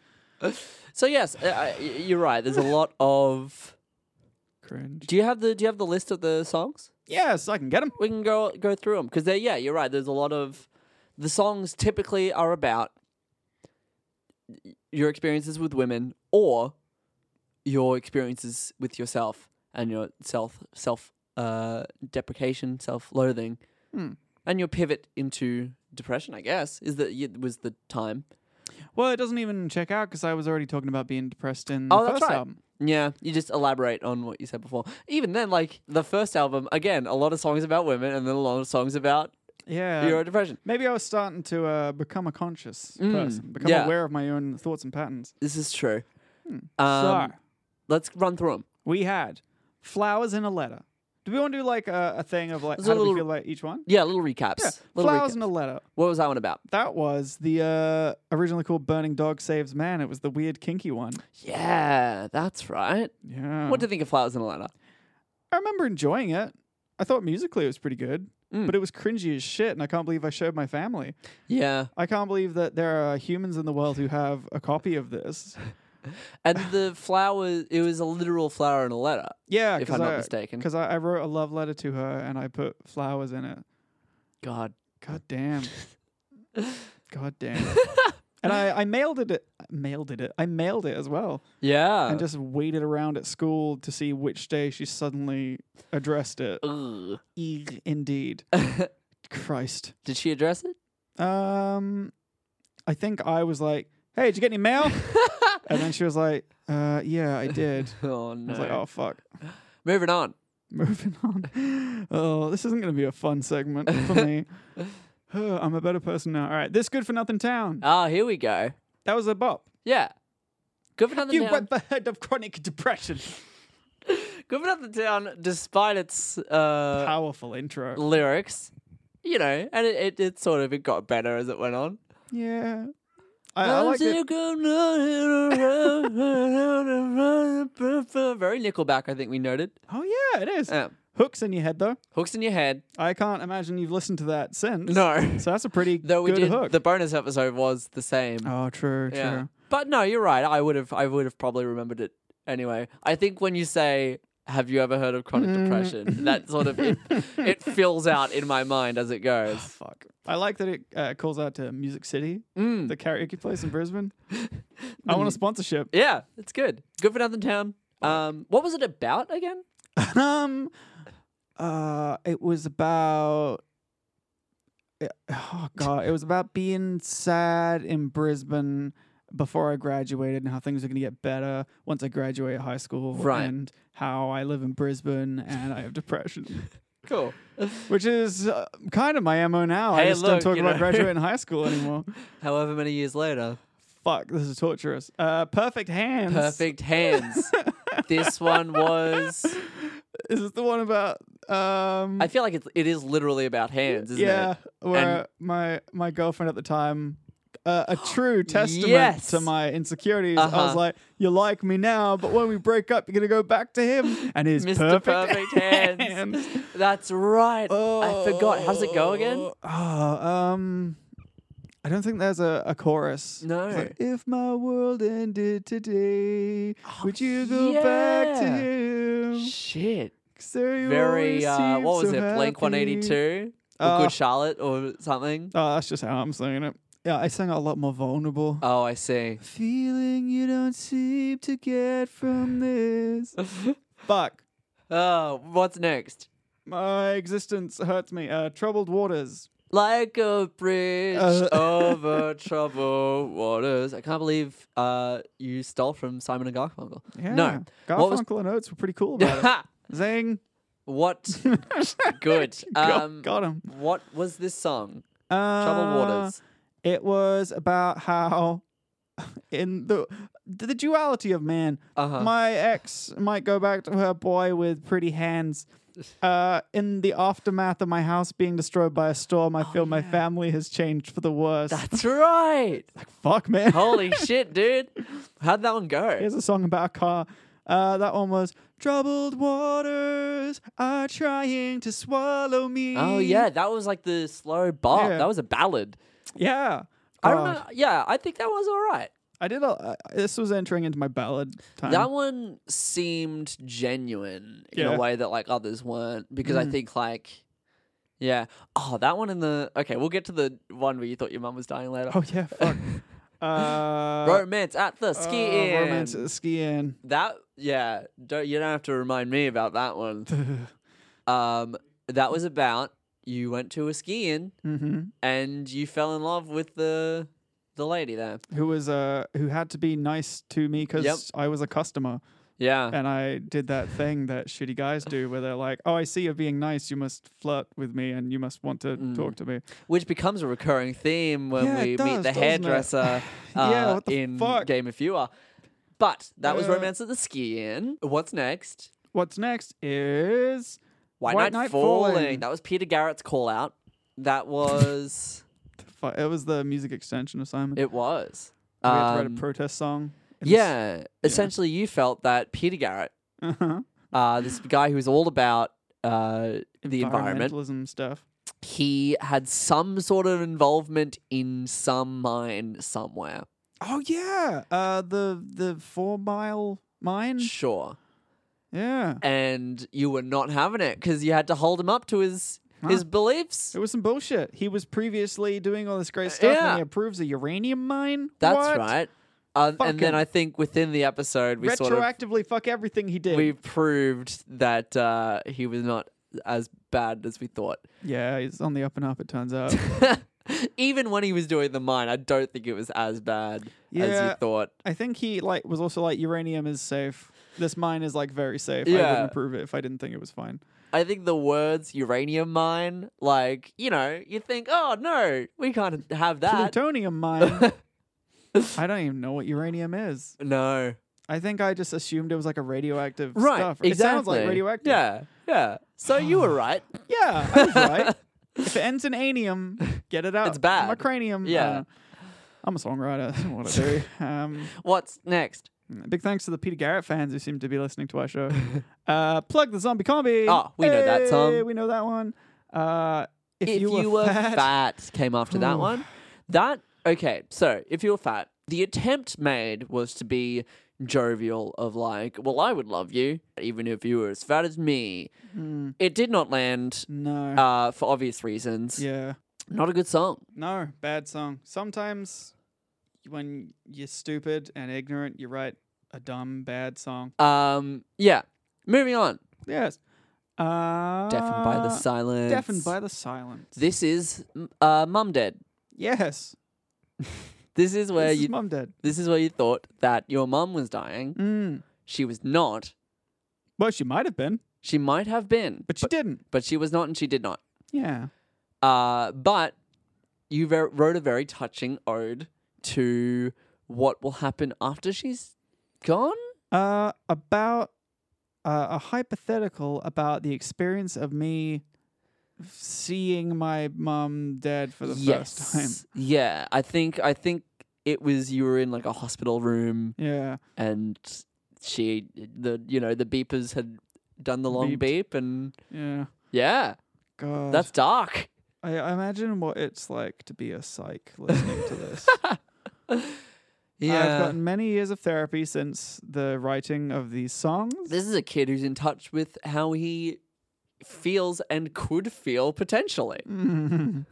S4: So yes, I, I- y- you're right. There's a lot of.
S2: Cringe.
S4: Do you have the Do you have the list of the songs?
S2: Yes, I can get him.
S4: We can go go through them because yeah, you're right. There's a lot of the songs typically are about y- your experiences with women or your experiences with yourself and your self self uh, deprecation, self loathing,
S2: Hmm.
S4: and your pivot into depression. I guess is that it was the time.
S2: Well, it doesn't even check out because I was already talking about being depressed in
S4: Oh,
S2: the
S4: that's
S2: first
S4: right.
S2: album.
S4: Yeah, you just elaborate on what you said before. Even then, like the first album, again, a lot of songs about women, and then a lot of songs about
S2: Yeah.
S4: your depression.
S2: Maybe I was starting to uh, become a conscious person, become
S4: Mm, yeah.
S2: aware of my own thoughts and patterns.
S4: This is true.
S2: so
S4: Um, Let's run through them.
S2: we had flowers in a letter, Do we want to do like a, a thing of like
S4: There's a
S2: how do
S4: little-
S2: we feel about each one?
S4: Yeah, little recaps. Little
S2: Flowers
S4: recaps.
S2: and a letter.
S4: What was that one about?
S2: That was the uh, originally called "Burning Dog Saves Man." It was the weird kinky one.
S4: Yeah, that's right.
S2: Yeah.
S4: What do you think of Flowers and a Letter?
S2: I remember enjoying it. I thought musically it was pretty good,
S4: Mm.
S2: but it was cringy as shit, and I can't believe I showed my family.
S4: Yeah.
S2: I can't believe that there are humans in the world who have a copy
S4: [LAUGHS]
S2: of this. [LAUGHS]
S4: And the flower, it was a literal flower and a letter.
S2: Yeah,
S4: If I'm not mistaken.
S2: because I, I wrote a love letter to her and I put flowers in it.
S4: God.
S2: God
S4: [LAUGHS]
S2: damn. God damn. and I, I mailed it. Mailed it. I mailed it as well,
S4: Yeah.
S2: and just waited around at school to see which day she suddenly addressed it.
S4: Ugh.
S2: Eeg,
S4: [LAUGHS]
S2: Indeed, Christ.
S4: Did she address it? [LAUGHS]
S2: Um, I think I was like, "Hey, did you get any
S4: [LAUGHS]
S2: mail?" and then she was like, "Uh, yeah, I did."
S4: Oh, no.
S2: I was like, "Oh fuck." [LAUGHS]
S4: Moving on.
S2: Moving on. Oh, this isn't going to be a
S4: [LAUGHS]
S2: fun segment for me. I'm a better person now. All right, this good for nothing town.
S4: Ah, here we go.
S2: That was a bop.
S4: Yeah. Good for another
S2: You
S4: town.
S2: went ahead of chronic depression.
S4: Good for another town, despite its uh,
S2: Powerful intro.
S4: lyrics, you know, and it, it, it sort of it got better as it went on.
S2: Yeah. I, I like it.
S4: Very Nickelback, I think we noted.
S2: Oh, yeah, it is.
S4: Yeah.
S2: Hooks in your head, though.
S4: Hooks in your head.
S2: I can't imagine you've listened to that since.
S4: No.
S2: So that's a pretty
S4: [LAUGHS] Though we
S2: good
S4: did
S2: hook.
S4: the bonus episode was the same.
S2: oh, true, true.
S4: yeah. But no, you're right. I would have I would have probably remembered it anyway. I think when you say have you ever heard of chronic
S2: Mm.
S4: depression? That sort of
S2: [LAUGHS]
S4: it, it fills out in my mind as it goes.
S2: Fuck. I like that it uh, calls out to Music City, the karaoke place in [LAUGHS] Brisbane. I want a sponsorship.
S4: Yeah, it's good. Good for nothing town. Um, what was it about again?
S2: [LAUGHS] Um, uh, it was about. Yeah, Oh god, it was about being sad in Brisbane before I graduated and how things are going to get better once I graduate high school,
S4: Right.
S2: And how I live in Brisbane and I have depression, [LAUGHS]
S4: Cool.
S2: which is uh, kind of my mo now. I
S4: Hey,
S2: just
S4: look,
S2: don't talk
S4: you
S2: about
S4: know.
S2: [LAUGHS] graduating high school anymore.
S4: However many years later,
S2: Fuck, this is torturous. Uh, perfect hands.
S4: perfect hands.
S2: [LAUGHS]
S4: this one was.
S2: Is this the one about? Um,
S4: I feel like it's, it is literally about hands, isn't
S2: yeah,
S4: it?
S2: where
S4: And-
S2: my my girlfriend at the time, uh,
S4: [GASPS]
S2: a true testament
S4: Yes.
S2: to my insecurities. I was
S4: Uh-huh.
S2: like, "You like me now, but when we break up, you're gonna go back
S4: [LAUGHS]
S2: to him." And his
S4: Mr.
S2: perfect, [LAUGHS]
S4: Perfect Hands.
S2: hands.
S4: That's right. I forgot. How does it go again?
S2: Oh, um, I don't think there's a, a chorus.
S4: No.
S2: It's like, if my world ended today, would you go back to
S4: Oh, yeah.
S2: him?
S4: Shit.
S2: 'Cause there you
S4: Very,
S2: always
S4: uh,
S2: seemed
S4: what was
S2: so
S4: it? Blink
S2: happy."
S4: 182? Or
S2: Uh,
S4: Good Charlotte or something?
S2: Oh, that's just how I'm singing it. Yeah, I sang it a lot more vulnerable.
S4: Oh, I see.
S2: Feeling you don't seem to get
S4: [LAUGHS]
S2: from this. Fuck.
S4: Oh, what's next?
S2: My existence hurts me. Uh, troubled waters.
S4: Like a bridge
S2: Uh. [LAUGHS]
S4: over troubled waters. I can't believe uh, you stole from Simon and Garfunkel.
S2: Yeah.
S4: No. What was-
S2: Garfunkel and Oates were pretty cool about it. Zing.
S4: [LAUGHS] What? Good.
S2: [LAUGHS] Got-
S4: Um,
S2: got him.
S4: What was this song?
S2: Uh,
S4: Troubled
S2: [LAUGHS]
S4: Waters.
S2: It was about how, [LAUGHS] in the the duality of man,
S4: Uh-huh.
S2: my ex might go back to her boy with pretty
S4: [LAUGHS]
S2: hands. Uh, in the aftermath of my house being destroyed by a storm,
S4: Oh,
S2: I feel my family has changed for the worse.
S4: That's right.
S2: Fuck, man.
S4: Holy shit, dude. How'd that one go?
S2: [LAUGHS] Here's a song about a car. Uh, that one was troubled waters are trying to swallow me.
S4: Oh, yeah. That was like the slow bop.
S2: Yeah.
S4: That was a ballad.
S2: yeah.
S4: I
S2: God.
S4: remember. Yeah, I think that was all right.
S2: I did. A, uh, this was entering into my ballad time.
S4: That one seemed genuine in
S2: Yeah. Mm.
S4: a way that like others weren't because I think like yeah. Oh, that one in the okay, we'll get to the one where you thought your mum was dying later.
S2: oh [LAUGHS]
S4: [LAUGHS]
S2: yeah, fuck. uh,
S4: romance at the
S2: uh,
S4: ski inn.
S2: romance at the ski inn.
S4: That yeah, don't you don't have to remind me about that
S2: [LAUGHS]
S4: one. um that was about you went to a ski in
S2: Mm-hmm.
S4: and you fell in love with the the lady there.
S2: Who was uh who had to be nice to me because
S4: Yep.
S2: I was a customer
S4: Yeah.
S2: and I did that thing that shitty guys do where they're like, "Oh, I see you're being nice. You must flirt with me and you must want to
S4: Mm.
S2: talk to me."
S4: Which becomes a recurring theme when
S2: Yeah,
S4: we meet
S2: it does,
S4: the
S2: doesn't it?
S4: hairdresser uh,
S2: [LAUGHS] Yeah, what the
S4: in
S2: fuck?
S4: Game of Fewer. But that was
S2: Yeah.
S4: Romance at the Ski Inn. What's next?
S2: What's next is
S4: White,
S2: White
S4: Night,
S2: Knight
S4: Falling.
S2: Falling.
S4: That was Peter Garrett's call out. That was.
S2: Fu- It was the music extension assignment.
S4: it was.
S2: we had to write a
S4: Um,
S2: protest song. It was-
S4: yeah, Essentially, you felt that Peter Garrett,
S2: [LAUGHS] Uh-huh.
S4: uh, this guy who was all about uh, the environment,
S2: environmentalism stuff.
S4: he had some sort of involvement in some mine somewhere.
S2: Oh yeah, uh, the the four mile mine.
S4: Sure.
S2: Yeah,
S4: And you were not having it because you had to hold him up to his his beliefs.
S2: it was some bullshit. He was previously doing all this great stuff,
S4: Uh, yeah.
S2: and he approves a uranium mine.
S4: That's
S2: What?
S4: right. Um, and
S2: Fucking-
S4: then I think within the episode, we sort of
S2: Retroactively, fuck everything he did.
S4: we proved that uh, he was not as bad as we thought.
S2: yeah, he's on the up and up. It turns
S4: [LAUGHS]
S2: out.
S4: Even when he was doing the mine, I don't think it was as bad as you
S2: Yeah.
S4: thought.
S2: I think he like was also like uranium is safe. This mine is like very safe. I
S4: Yeah.
S2: wouldn't approve it if I didn't think it was fine.
S4: I think the words uranium mine, like, you know, you think, oh no, we can't have that. [LAUGHS]
S2: Plutonium mine. I don't even know what uranium is.
S4: No.
S2: I think I just assumed it was like a radioactive
S4: Right.
S2: stuff.
S4: Exactly.
S2: It sounds like radioactive.
S4: Yeah. Yeah. So you
S2: [SIGHS]
S4: were right.
S2: Yeah, I
S4: [LAUGHS]
S2: was right. if it ends in anium, get it out.
S4: It's bad.
S2: My cranium.
S4: Yeah.
S2: uh, I'm a songwriter. [LAUGHS] That's what I do. Um,
S4: What's next?
S2: big thanks to the Peter Garrett fans who seem to be listening to our show. Uh, plug the zombie combi.
S4: Oh, we know that song.
S2: Hey, We know that one. Uh, if,
S4: if you, were, fat, came after that one. That okay. So if you were fat, the attempt made was to be jovial of like, well, I would love you even if you were as fat as me.
S2: Hmm.
S4: It did not land
S2: no.
S4: uh, for obvious reasons.
S2: yeah.
S4: Not a good song.
S2: No, bad song. Sometimes when you're stupid and ignorant, you write a dumb, bad song.
S4: Um, yeah. Moving on.
S2: Yes. Uh,
S4: Deafened by the silence.
S2: Deafened by the silence.
S4: This is mm, uh, mum dead.
S2: yes.
S4: This is where
S2: This is
S4: you.
S2: mum dead.
S4: this is where you thought that your mum was dying.
S2: Mm.
S4: She was not.
S2: Well, she might have been,
S4: She might have been,
S2: but she didn't.
S4: but she was not, and she did not.
S2: Yeah.
S4: Uh, but you ver- wrote a very touching ode to what will happen after she's gone.
S2: Uh, about uh, a hypothetical about the experience of me seeing my mum dead for the first time.
S4: Yeah, I think I think it was you were in like a hospital room
S2: Yeah.
S4: and she the you know the beepers had done the long
S2: Beeped.
S4: beep and
S2: Yeah.
S4: yeah,
S2: God.
S4: that's dark.
S2: I, I imagine what it's like to be a psych listening to this. I've
S4: [LAUGHS] Yeah.
S2: gotten many years of therapy since the writing of these songs.
S4: this is a kid who's in touch with how he feels and could feel
S2: [LAUGHS]
S4: potentially.
S2: Mm.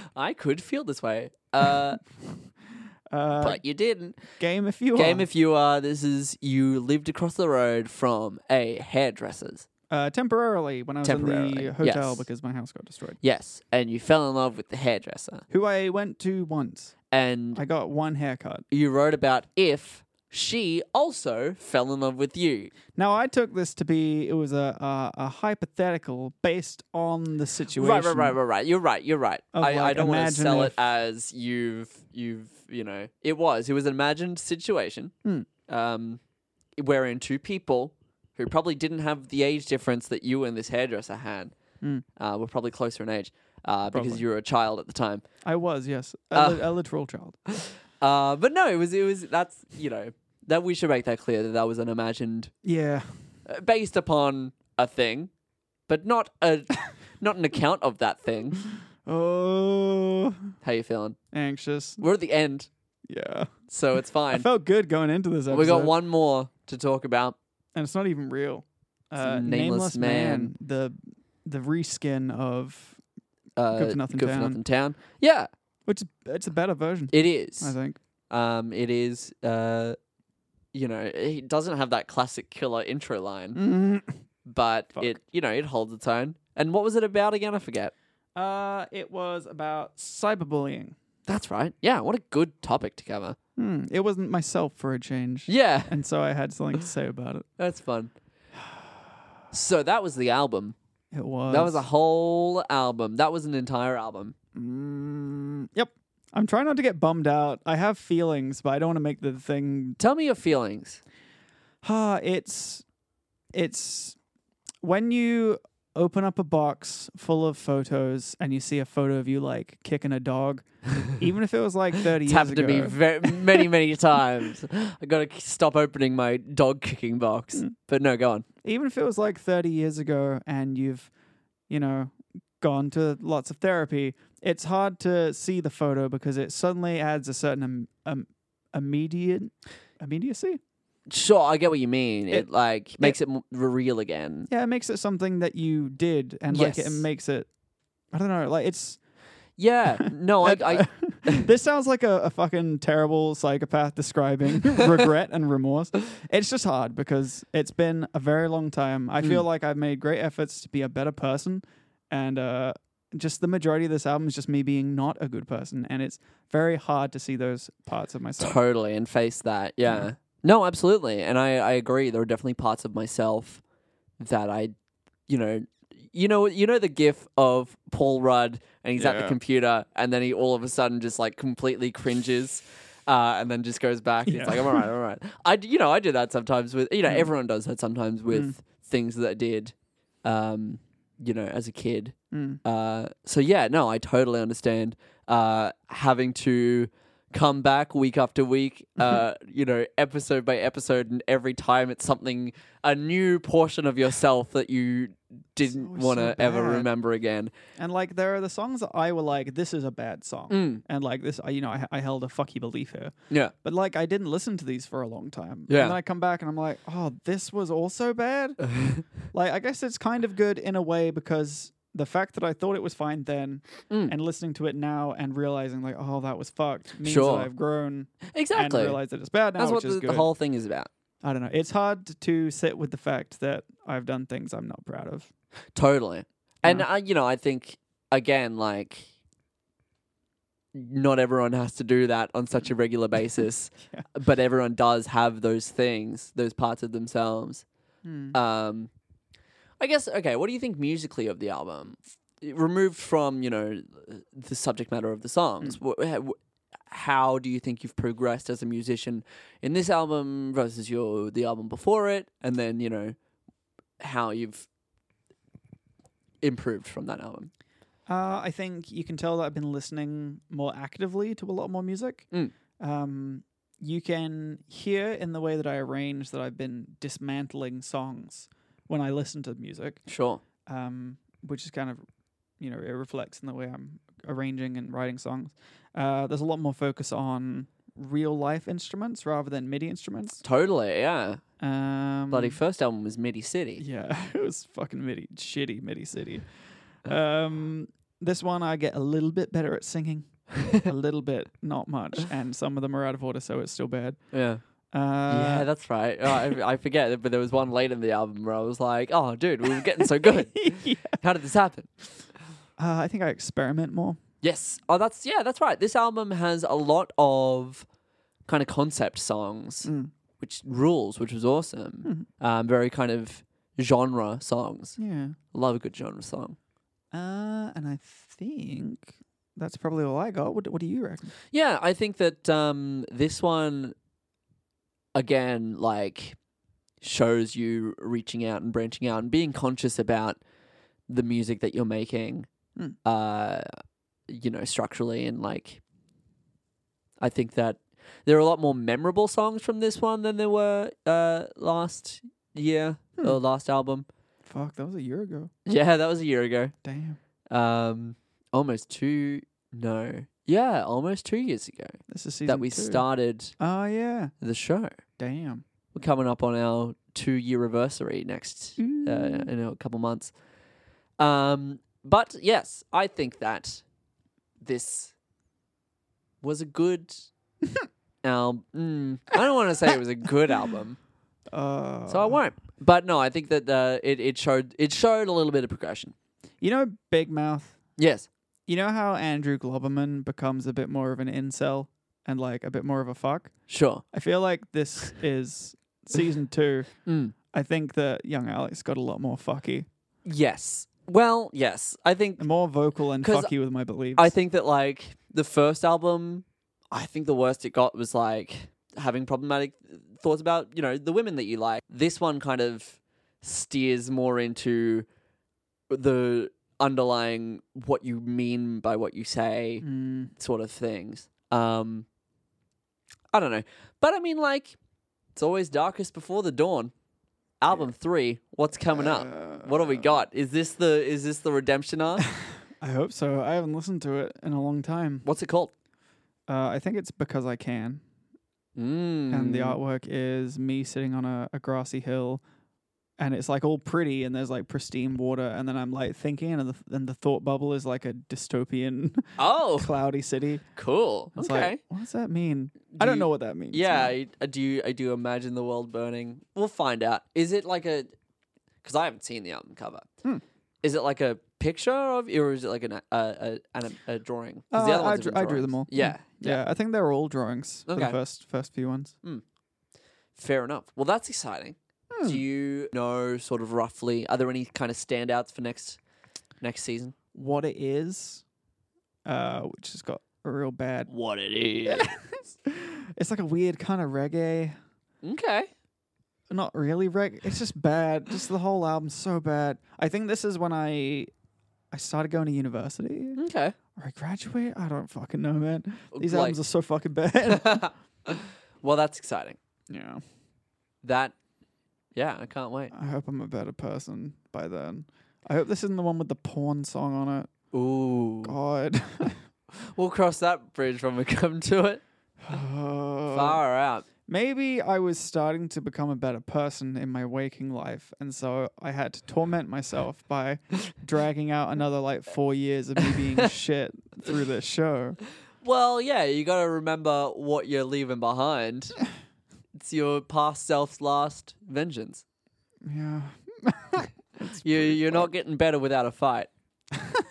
S4: [LAUGHS] I could feel this way. Uh,
S2: [LAUGHS] Uh,
S4: but you didn't.
S2: game if you
S4: Game
S2: are.
S4: if you are, this is you lived across the road from a hairdresser's.
S2: uh, temporarily when I was in
S4: Temporarily,
S2: the hotel
S4: yes.
S2: because my house got destroyed.
S4: Yes. And you fell in love with the hairdresser.
S2: Who I went to once.
S4: And
S2: I got one haircut.
S4: you wrote about if she also fell in love with you.
S2: Now I took this to be it was a a, a hypothetical based on the situation.
S4: Right, right, right, right, right. You're right. You're right. I,
S2: Of,
S4: I
S2: like,
S4: don't want to
S2: imagine
S4: sell it
S2: if-
S4: as you've you've you know. It was it was an imagined situation,
S2: Hmm.
S4: um, wherein two people who probably didn't have the age difference that you and this hairdresser had
S2: Hmm.
S4: uh, were probably closer in age uh, because you were a child at the time.
S2: I was yes, a, li- a literal child.
S4: Uh, but no, it was it was that's you know that we should make that clear that that was an imagined
S2: Yeah,
S4: uh, based upon a thing, but not
S2: [LAUGHS]
S4: a not an account of that thing.
S2: oh,
S4: How you feeling?
S2: anxious.
S4: We're at the end.
S2: Yeah,
S4: so it's
S2: I
S4: fine.
S2: felt good going into this episode.
S4: We got one more to talk about.
S2: and it's not even real. Uh,
S4: Nameless Man.
S2: the the reskin of
S4: Uh,
S2: Good for Nothing
S4: Good
S2: Town.
S4: for Nothing Town. Yeah,
S2: which is- it's a better version,
S4: it is.
S2: I think.
S4: Um, it is. Uh, you know, it doesn't have that classic killer intro
S2: Mm.
S4: line, but it, you know, it holds its own. And what was it about again? I forget.
S2: Uh, it was about cyberbullying.
S4: That's right. Yeah, what a good topic to cover.
S2: Hmm, it wasn't myself for a change.
S4: Yeah, [LAUGHS]
S2: and so I had something to say about it.
S4: that's fun. So that was the album.
S2: It was
S4: That was a whole album. That was an entire album.
S2: Mm, yep. I'm trying not to get bummed out. I have feelings, but I don't want to make the thing.
S4: Tell me your feelings.
S2: Ah, it's it's when you open up a box full of photos and you see a photo of you like kicking a
S4: [LAUGHS]
S2: dog, even if it was like 30
S4: It's
S2: years
S4: happened
S2: ago,
S4: to me very, many,
S2: [LAUGHS]
S4: many times. I gotta k- stop opening my dog kicking box.
S2: Mm.
S4: But no, go on.
S2: even if it was like 30 years ago and you've, you know, gone to lots of therapy, it's hard to see the photo because it suddenly adds a certain um, um, immediate immediacy.
S4: Sure, I get what you mean. It,
S2: It-
S4: like makes it, m- real again.
S2: Yeah, it makes it something that you did, and like it
S4: Yes.
S2: makes it. I don't know. Like it's.
S4: Yeah. No, I,
S2: [LAUGHS]
S4: I
S2: this sounds like a, a fucking terrible psychopath describing regret and remorse. It's just hard because it's been a very long time. I feel like I've made great efforts to be a better person, and uh, just the majority of this album is just me being not a good person, and it's very hard to see those parts of myself.
S4: totally and face that. Yeah. No, absolutely. And I, I agree. There are definitely parts of myself that I, you know, you know, you know the gif of Paul Rudd and he's at the
S2: Yeah.
S4: computer and then he all of a sudden just like completely cringes. Uh, and then just goes back. He's
S2: Yeah. Mm.
S4: like, "I'm all right, I'm all right." I, d- you know, I do that sometimes with, you know, everyone does that sometimes with things that I did, um, you know, as a kid.
S2: Mm.
S4: Uh, so yeah, no, I totally understand uh, having to come back week after
S2: [LAUGHS]
S4: week, uh, you know, episode by episode, and every time it's something a new portion of yourself that you didn't
S2: always
S4: want to
S2: so
S4: ever
S2: bad.
S4: remember again.
S2: And like there are the songs that I were like, this is a bad song,
S4: Mm.
S2: and like this, I you know, I, I held a fucky belief here.
S4: Yeah,
S2: But like I didn't listen to these for a long time.
S4: Yeah.
S2: And then I come back and I'm like, oh, this was
S4: [LAUGHS]
S2: also bad. like I guess it's kind of good in a way because the fact that I thought it was fine then
S4: Mm.
S2: and listening to it now and realizing like, oh, that was fucked means
S4: Sure.
S2: that I've grown
S4: exactly.
S2: and realized that it's bad now,
S4: That's what
S2: which is
S4: the,
S2: good.
S4: the whole thing is about.
S2: I don't know. It's hard to sit with the fact that I've done things I'm not proud of.
S4: Totally. And I, you know, I think again, like, not everyone has to do that on such a regular basis,
S2: Yeah.
S4: but everyone does have those things, those parts of themselves. Um, I guess. Okay, what do you think musically of the album? Removed from you know the subject matter of the songs, wh- wh- how do you think you've progressed as a musician in this album versus your the album before it, and then you know how you've improved from that album.
S2: Uh, I think you can tell that I've been listening more actively to a lot more music.
S4: Mm.
S2: Um, you can hear in the way that I arrange that I've been dismantling songs when I listen to music,
S4: Sure.
S2: um, which is kind of, you know, it reflects in the way I'm arranging and writing songs. Uh, there's a lot more focus on real life instruments rather than MIDI instruments.
S4: Totally, yeah.
S2: Um,
S4: Bloody first album was MIDI City.
S2: yeah, [LAUGHS] it was fucking MIDI, shitty MIDI city. Um, this one I get a little bit better at singing,
S4: [LAUGHS]
S2: a little bit, not much, and some of them are out of order, so it's still bad.
S4: Yeah.
S2: Uh,
S4: yeah, that's right. Oh, I, I forget, but there was one late in the album where I was like, oh, dude, we were getting so good.
S2: [LAUGHS] Yeah.
S4: How did this happen?
S2: Uh, I think I experiment more.
S4: Yes. Oh, that's, yeah, that's right. This album has a lot of kind of concept songs, which rules, which was awesome. Um, very kind of genre songs.
S2: Yeah.
S4: Love a good genre song.
S2: Uh, and I think that's probably all I got. What, what do you reckon?
S4: Yeah, I think that um, this one, again, like shows you reaching out and branching out and being conscious about the music that you're making,
S2: Mm.
S4: uh, you know, structurally. And like, I think that there are a lot more memorable songs from this one than there were uh, last year
S2: Hmm.
S4: or last album.
S2: Fuck, that was a year ago.
S4: Yeah, that was a year ago.
S2: Damn,
S4: Um, almost two, no. Yeah, almost two years ago
S2: this is season
S4: that we
S2: two.
S4: started
S2: Oh yeah,
S4: the show.
S2: damn.
S4: We're coming up on our two year anniversary next uh, in a couple months. Um, but yes, I think that this was a [LAUGHS] good album. Mm, I don't want to say it was a good [LAUGHS] album,
S2: Uh,
S4: so I won't. But no, I think that uh, it it showed it showed a little bit of progression.
S2: you know, Big Mouth.
S4: Yes.
S2: You know how Andrew Globerman becomes a bit more of an incel and like a bit more of a fuck?
S4: Sure.
S2: I feel like
S4: [LAUGHS]
S2: this is season two.
S4: Mm.
S2: I think that young Alex got a lot more fucky,
S4: Yes. Well, yes. I think
S2: more vocal and
S4: 'Cause
S2: fucky with my beliefs.
S4: I think that like the first album, I think the worst it got was like having problematic thoughts about you know the women that you like. This one kind of steers more into the underlying what you mean by what you say
S2: Mm.
S4: sort of things. Um, I don't know, but I mean, like, it's always darkest before the dawn. Album three, what's coming up? What do
S2: Uh.
S4: we got? Is this the is this the redemption
S2: [LAUGHS]
S4: arc?
S2: I hope so. I haven't listened to it in a long time.
S4: what's it called?
S2: Uh, I think it's because I can.
S4: Mm.
S2: and the artwork is me sitting on a, a grassy hill and it's like all pretty and there's like pristine water and then i'm like thinking and the, and the thought bubble is like a dystopian [LAUGHS]
S4: Oh,
S2: cloudy city
S4: cool.
S2: it's
S4: okay.
S2: like what does that mean i don't
S4: you-
S2: know what that means
S4: yeah, I, I do. I do imagine the world burning. We'll find out. Is it like a? Because I haven't seen the album cover.
S2: Hmm.
S4: Is it like a picture of, or is it like an, a, a, a, a drawing? 'Cause the
S2: Uh,
S4: other
S2: I
S4: ones have
S2: drew-
S4: been
S2: I drew them
S4: drawings.
S2: all. Hmm.
S4: Yeah, yeah.
S2: yeah i think they're all drawings for the
S4: Okay.
S2: first first few ones
S4: Fair enough. Well, that's exciting.
S2: Hmm.
S4: Do you know sort of roughly? Are there any kind of standouts for next next season?
S2: what it is uh which has got a real bad
S4: What it is?
S2: it's like a weird kind of reggae
S4: okay.
S2: not really reg it's just bad just the whole album's so bad i think this is when i i started going to university
S4: Okay.
S2: or i graduate i don't fucking know man these
S4: Like-
S2: albums are so fucking [LAUGHS] bad
S4: [LAUGHS] well, that's exciting.
S2: yeah
S4: That. Yeah, I can't wait.
S2: i hope i'm a better person by then i hope this isn't the one with the porn song on it
S4: Ooh.
S2: god
S4: We'll cross that bridge when we [LAUGHS] come to it. Far out.
S2: [LAUGHS] maybe i was starting to become a better person in my waking life and so i had to torment myself by dragging out another like four years of
S4: [LAUGHS]
S2: me being shit through this show
S4: Well, yeah, you got to remember what you're leaving behind. it's your past self's last vengeance.
S2: yeah
S4: You, you're not getting better without a fight. [LAUGHS]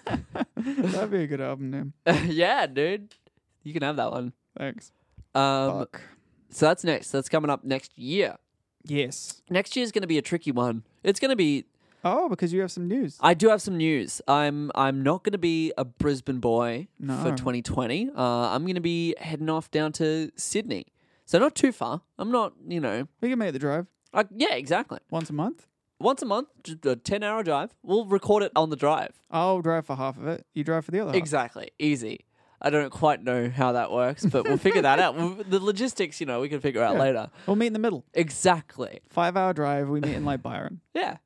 S2: That'd be a good album name.
S4: yeah, dude. You can have that one.
S2: Thanks.
S4: Um,
S2: Fuck.
S4: So that's next. That's coming up next year.
S2: Yes.
S4: Next year's going to be a tricky one. It's going to be.
S2: Oh, because you have some news.
S4: I do have some news. I'm I'm not going to be a Brisbane boy for
S2: No.
S4: 2020. Uh, I'm going to be heading off down to Sydney. So not too far. I'm not. You know.
S2: We can make the drive
S4: Like yeah, exactly.
S2: once a month.
S4: Once a month, just a 10 hour drive. We'll record it on the drive.
S2: I'll drive for half of it. You drive for the other half.
S4: Exactly. Easy. I don't quite know how that works, but we'll figure that
S2: [LAUGHS]
S4: out. We'll- The logistics, you know, we can figure out later.
S2: We'll meet in the middle.
S4: Exactly.
S2: Five hour drive. We meet
S4: [LAUGHS]
S2: in like Byron.
S4: Yeah.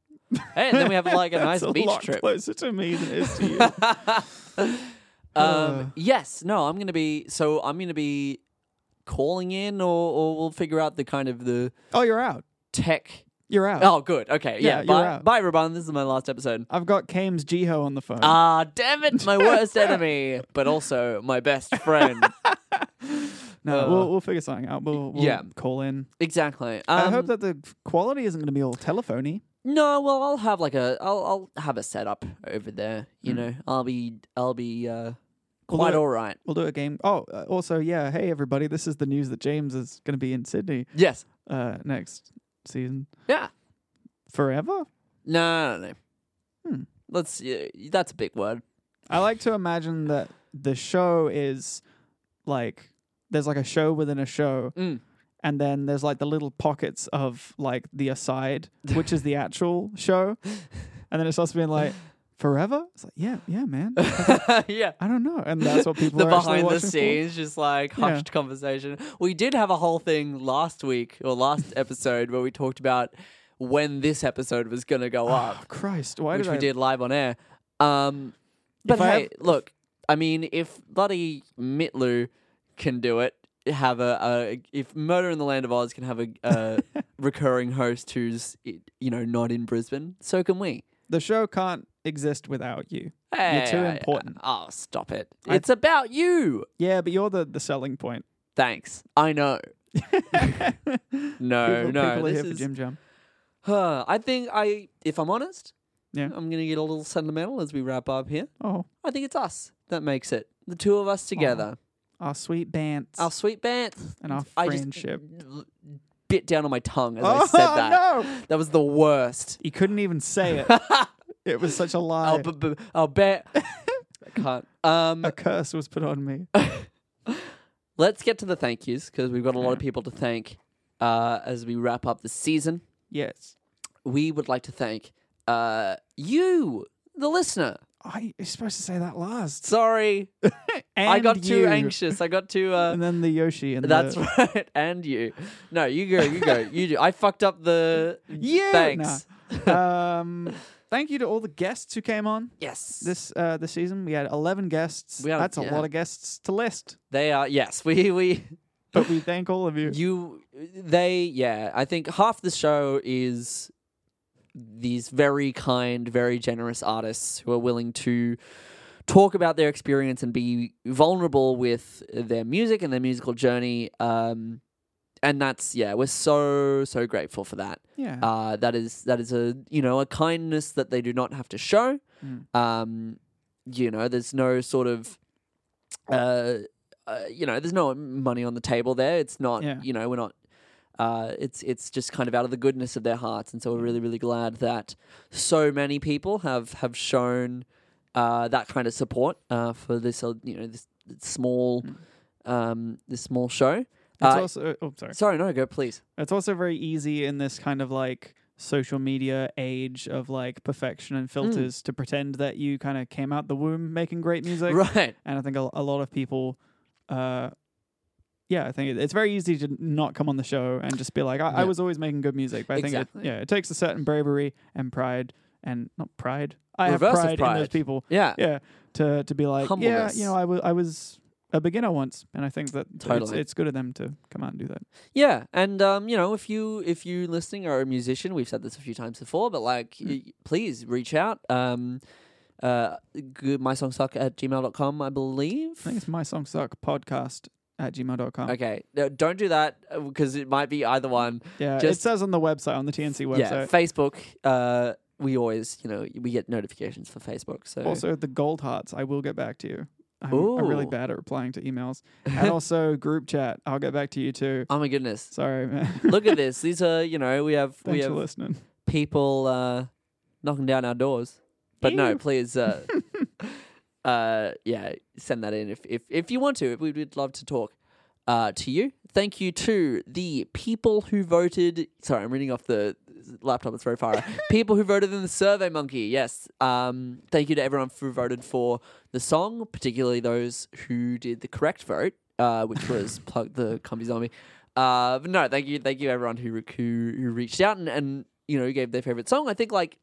S4: Hey, and then we have like
S2: [LAUGHS]
S4: a nice
S2: It's a
S4: beach
S2: lot
S4: trip.
S2: closer to me than it is to
S4: [LAUGHS]
S2: you. Uh.
S4: Um, yes, no, I'm gonna be so I'm gonna be calling in, or, or we'll figure out the kind of the
S2: oh, you're out.
S4: tech.
S2: You're out.
S4: Oh, good. Okay,
S2: Yeah,
S4: yeah.
S2: you're
S4: bye,
S2: out.
S4: bye, Raban. This is my last episode.
S2: I've got Kames Jiho on the phone.
S4: Ah, damn it,
S2: [LAUGHS]
S4: my worst enemy, but also my best friend. [LAUGHS]
S2: no,
S4: uh,
S2: we'll, we'll figure something out. We'll, we'll
S4: yeah.
S2: call in.
S4: exactly. Um,
S2: I hope that the quality isn't going to be all telephony.
S4: No, well, I'll have like a, I'll, I'll have a setup over there. You
S2: Hmm.
S4: know, I'll be, I'll be uh,
S2: We'll
S4: quite
S2: do it-
S4: all right.
S2: We'll do a game. Oh, uh, also, yeah. Hey, everybody. This is the news that James is going to be in Sydney
S4: Yes.
S2: uh, next season.
S4: Yeah.
S2: Forever?
S4: No, no, no.
S2: Hmm.
S4: Let's. Yeah, that's a big word. [LAUGHS]
S2: I like to imagine that the show is like there's like a show within a show,
S4: Mm.
S2: and then there's like the little pockets of like the aside, which
S4: [LAUGHS]
S2: is the actual show, and then it starts being like forever. It's like yeah, yeah, man.
S4: yeah.
S2: I don't know, and
S4: [LAUGHS]
S2: that's what people
S4: the
S2: are actually
S4: behind the
S2: watching for.
S4: scenes, just like hushed conversation. We did have a whole thing last week or
S2: [LAUGHS]
S4: last episode where we talked about when this episode was going to go
S2: Oh,
S4: up,
S2: Christ, why
S4: which
S2: did
S4: we
S2: I?
S4: did live on air. Um, but
S2: If I
S4: hey,
S2: have-
S4: look, I mean, if bloody Mitlu can do it, have a, a if Murder in the Land of Oz can have a,
S2: [LAUGHS]
S4: a recurring host who's you know not in Brisbane, so can we.
S2: The show can't exist without you. You're too
S4: Hey,
S2: important.
S4: Oh, stop it!
S2: I-
S4: It's about you.
S2: Yeah, but you're the the
S4: [LAUGHS]
S2: selling point. [LAUGHS]
S4: Thanks. I know. no,
S2: people,
S4: no.
S2: people are
S4: this
S2: here for
S4: is-
S2: Jim Jam.
S4: Huh, I think I, if I'm honest,
S2: Yeah.
S4: I'm gonna get a little sentimental as we wrap up here.
S2: Oh,
S4: I think it's us that makes it. The two of us together,
S2: our sweet bands
S4: our sweet band,
S2: and our
S4: [LAUGHS] I just-
S2: friendship.
S4: bit down on my tongue as I
S2: oh
S4: said that.
S2: no!
S4: That was the worst.
S2: He couldn't even say
S4: [LAUGHS]
S2: it. it was such a lie.
S4: I'll, b- b- I'll
S2: [LAUGHS]
S4: bet. I can't. Um,
S2: a curse was put
S4: [LAUGHS]
S2: on me.
S4: let's get to the thank yous because we've got a lot of people to thank uh, as we wrap up the season.
S2: yes.
S4: we would like to thank uh, you, the listener.
S2: I, you're supposed to say that last.
S4: Sorry, I
S2: And
S4: got too
S2: you.
S4: anxious. I got
S2: [LAUGHS]
S4: too. Uh,
S2: And then the Yoshi and
S4: that's [LAUGHS]
S2: the,
S4: right. And you. No, you go. You go. You do. I fucked up the.
S2: [LAUGHS] Yeah,
S4: Thanks. [LAUGHS]
S2: um, thank you to all the guests who came on
S4: Yes.
S2: this uh, this season. We had eleven guests.
S4: We had-
S2: That's a
S4: yeah.
S2: lot of guests to list,
S4: They are. Yes. We we.
S2: but we thank
S4: [LAUGHS]
S2: all of you.
S4: you they yeah i think half the show is these very kind very generous artists who are willing to talk about their experience and be vulnerable with their music and their musical journey um and that's yeah we're so so grateful for that
S2: yeah,
S4: uh that is that is a you know a kindness that they do not have to show
S2: Mm.
S4: um you know there's no sort of uh, uh you know there's no money on the table there it's not
S2: Yeah.
S4: you know we're not uh, it's it's just kind of out of the goodness of their hearts, and so we're really really glad that so many people have have shown uh, that kind of support uh, for this uh, you know this small um, this small show.
S2: Mm. it's
S4: uh,
S2: also. Oh, sorry.
S4: Sorry, no, go please.
S2: It's also very easy in this kind of like social media age of like perfection
S4: Hmm.
S2: and filters to pretend that you kind of came out the womb making great
S4: [LAUGHS]
S2: music.
S4: right,
S2: And I think a, a lot of people, uh, yeah, I think it, it's very easy to not come on the show and just be like, I, I
S4: Yeah.
S2: was always making good music. But I
S4: Exactly.
S2: think, it, yeah, it takes a certain bravery and pride and not pride. I have
S4: Reverse of
S2: pride, in those
S4: pride.
S2: people.
S4: yeah,
S2: Yeah. To, to be like, yeah,
S4: Humbleness.
S2: you know, I wa- I was a beginner once. And I think that it's,
S4: Totally.
S2: it's good of them to come out and do that.
S4: Yeah, and um, you know, if you if you listening are a musician, we've said this a few times before, but like,
S2: Mm.
S4: y- please reach out. Um, uh, good, my song suck at gmail.com, I believe.
S2: I think it's my song suck podcast at gmail.com.
S4: Okay, no, don't do that because it might be either one.
S2: Yeah,
S4: Just-
S2: it says on the website on the TNC
S4: Yeah,
S2: website.
S4: Facebook. Uh, we always, you know, we get notifications for Facebook. So
S2: also the gold hearts. I will get back to you. I'm, I'm really
S4: Ooh.
S2: bad at replying
S4: [LAUGHS]
S2: to emails. And also group chat. I'll get back to you too.
S4: oh my goodness,
S2: Sorry, man.
S4: [LAUGHS]
S2: [LAUGHS]
S4: look at this. These are, you know, we have we
S2: Thanks for
S4: have
S2: listening.
S4: people uh, knocking down our doors. But no,
S2: Ew.
S4: please, uh, uh, yeah, send that in if if, if you want to. We would love to talk uh, to you. Thank you to the people who voted. Sorry, I'm reading off the laptop. It's very far. out. people who voted in the Survey Monkey. Yes. Um, thank you to everyone who voted for the song, particularly those who did the correct vote, uh, which was plug the Combi Zombie. Uh, but no, thank you, thank you everyone who who, who reached out and, and you know gave their favorite song. I think like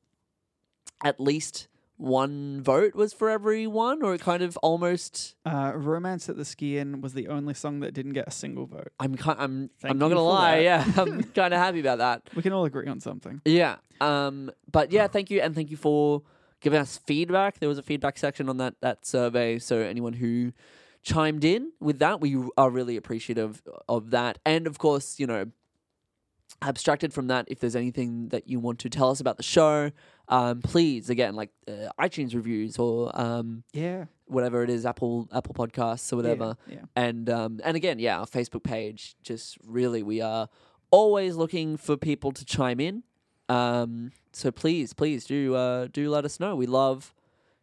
S4: at least one vote was for everyone, or it kind of almost.
S2: Uh, Romance at the Ski Inn was the only song that didn't get a single vote.
S4: I'm ki- I'm I'm
S2: Thank
S4: not
S2: you
S4: gonna
S2: for
S4: lie,
S2: that.
S4: yeah, [LAUGHS] I'm kind of happy about that.
S2: We can all agree on something.
S4: Yeah, um, but yeah, thank you and thank you for giving us feedback. There was a feedback section on that that survey, so anyone who chimed in with that, we are really appreciative of that. And of course, you know, abstracted from that, if there's anything that you want to tell us about the show, um, please again, like uh, iTunes reviews or um,
S2: Yeah.
S4: whatever it is, Apple Apple Podcasts or whatever.
S2: Yeah.
S4: And um, and again, yeah, our Facebook page. Just really, we are always looking for people to chime in. Um, so please, please do uh, do let us know. We love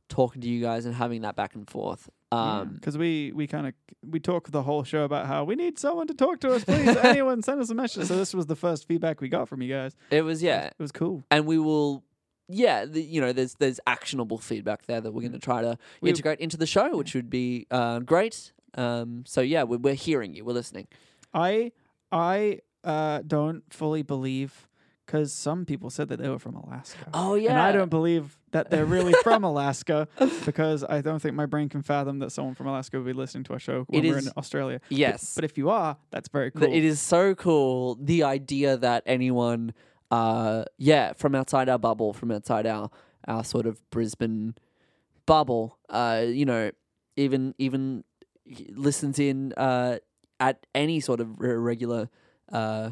S4: talking to you guys and having that back and forth. Um,
S2: Because we, we kind of we talk the whole show about how we need someone to talk to
S4: [LAUGHS]
S2: us. Please, anyone send us a message. So this was the first feedback we got from you guys.
S4: It was yeah,
S2: It was cool.
S4: and we will. Yeah, the, you know, there's there's actionable feedback there that we're going to try to
S2: We-
S4: integrate into the show, which would be uh, great. Um, so yeah, we're, we're hearing you, we're listening.
S2: I I uh, don't fully believe because some people said that they were from Alaska.
S4: Oh yeah,
S2: And I don't believe that they're
S4: [LAUGHS]
S2: really from Alaska because I don't think my brain can fathom that someone from Alaska would be listening to our show when
S4: It
S2: we're
S4: is-
S2: in Australia. But-
S4: Yes.
S2: But, if you are, that's very cool.
S4: Th- It is so cool the idea that anyone, uh, yeah, from outside our bubble, from outside our our sort of Brisbane bubble, uh, you know, even even listens in uh, at any sort of r- regular uh,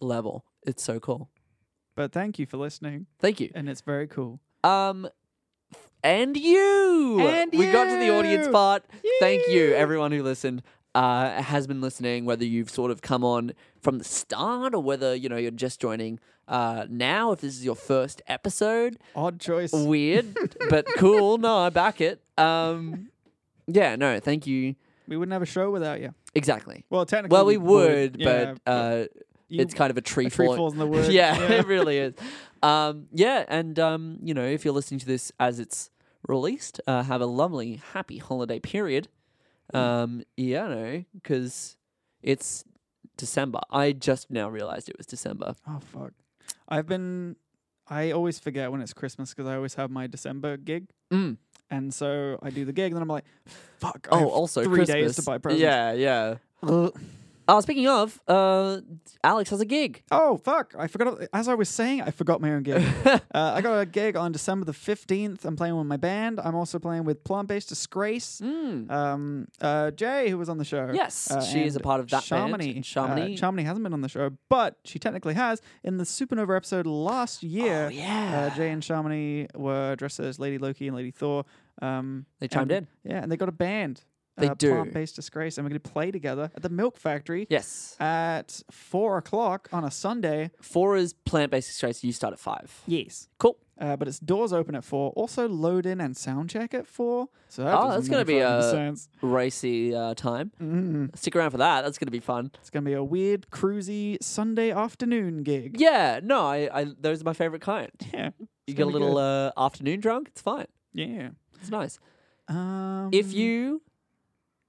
S4: level. It's so cool.
S2: But thank you for listening.
S4: Thank you.
S2: And it's very cool.
S4: Um, and you.
S2: And
S4: we got to the audience
S2: you.
S4: part. Thank you, everyone who listened. Uh, has been listening, whether you've sort of come on from the start or whether you know you're just joining uh, now. If this is your first episode,
S2: Odd choice. [LAUGHS]
S4: weird but cool. No, I back it. Um, yeah, no, thank you.
S2: we wouldn't have a show without you.
S4: Exactly.
S2: Well, technically.
S4: Well, we would,
S2: yeah,
S4: but uh,
S2: you-
S4: it's kind of a tree,
S2: a tree
S4: fall- [LAUGHS]
S2: falls in the woods.
S4: yeah,
S2: Yeah.
S4: it really is. Um, yeah, and um, you know, if you're listening to this as it's released, uh, have a lovely, happy holiday period.
S2: Mm.
S4: Um, yeah, no, because it's December. I just now realized it was December.
S2: Oh fuck! I've been. I always forget when it's Christmas because I always have my December gig,
S4: Mm.
S2: and so I do the gig, and then I'm like, "Fuck!" I
S4: Oh,
S2: have
S4: also
S2: three
S4: Christmas.
S2: days to buy presents.
S4: Yeah, yeah.
S2: Ugh.
S4: Oh, speaking of, uh, Alex has a gig.
S2: Oh fuck! I forgot. As I was saying, I forgot my own gig.
S4: [LAUGHS]
S2: uh, I got a gig on December the fifteenth. I'm playing with my band. I'm also playing with Plant Based Disgrace. Um, uh, Jay, who was on the show.
S4: Hmm. Yes,
S2: uh,
S4: she is a
S2: and
S4: part of that band
S2: Shamani.
S4: in Shamani.
S2: Uh, Shamani hasn't been on the show, but she technically has in the Supernova episode last year.
S4: Oh, yeah.
S2: uh, Jay and Shamani were dressed as Lady Loki and Lady Thor. Um,
S4: They chimed
S2: and- Yeah, and they got a band.
S4: They
S2: uh,
S4: do.
S2: Plant Based Disgrace, and we're going to play together at the Milk Factory.
S4: Yes.
S2: At four o'clock on a Sunday,
S4: Four is plant based extraits. You start at five.
S2: Yes.
S4: Cool.
S2: Uh, but its doors open at four. Also, load in and sound check at four. So that
S4: oh, that's going to be a
S2: sense. Mm-hmm.
S4: racy uh, time. Stick around for that. That's going to be fun.
S2: It's going to be a weird, cruisy Sunday afternoon gig.
S4: Yeah, no, I, I those are my favorite kind.
S2: Yeah,
S4: You
S2: It's
S4: get a
S2: gonna be
S4: little uh, afternoon drunk. It's fine.
S2: good. yeah.
S4: It's nice.
S2: Um,
S4: If you,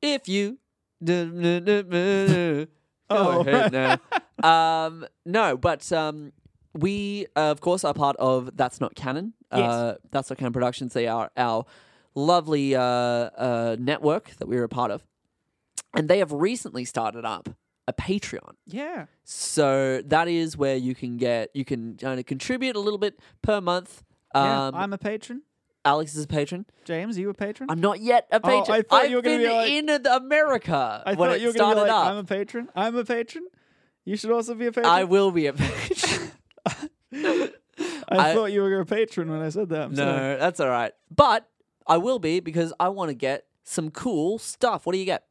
S4: if you,
S2: [LAUGHS]
S4: oh,
S2: Oh.
S4: no,
S2: [LAUGHS]
S4: um, no, but um, we uh, of course are part of that's not canon. Uh, that's not canon productions. They are our lovely uh, uh, network that we are a part of, and they have recently started up a Patreon.
S2: yeah,
S4: So that is where you can get you can kind of contribute a little bit per month.
S2: yeah.
S4: Um,
S2: I'm a patron.
S4: Alex is a patron.
S2: James, are you a patron?
S4: I'm not yet a
S2: Oh,
S4: patron.
S2: I thought
S4: have
S2: you were gonna
S4: been
S2: be like-
S4: in the America
S2: I
S4: when
S2: thought
S4: it
S2: you were going to
S4: started
S2: be like,
S4: up.
S2: I'm a patron. I'm a patron. You should also be a patron.
S4: I will be a [LAUGHS]
S2: [LAUGHS]
S4: patron.
S2: I,
S4: I-
S2: thought you were a patron when I said that. I'm sorry.
S4: no, that's all right. But I will be because I want to get some cool stuff. What do you get?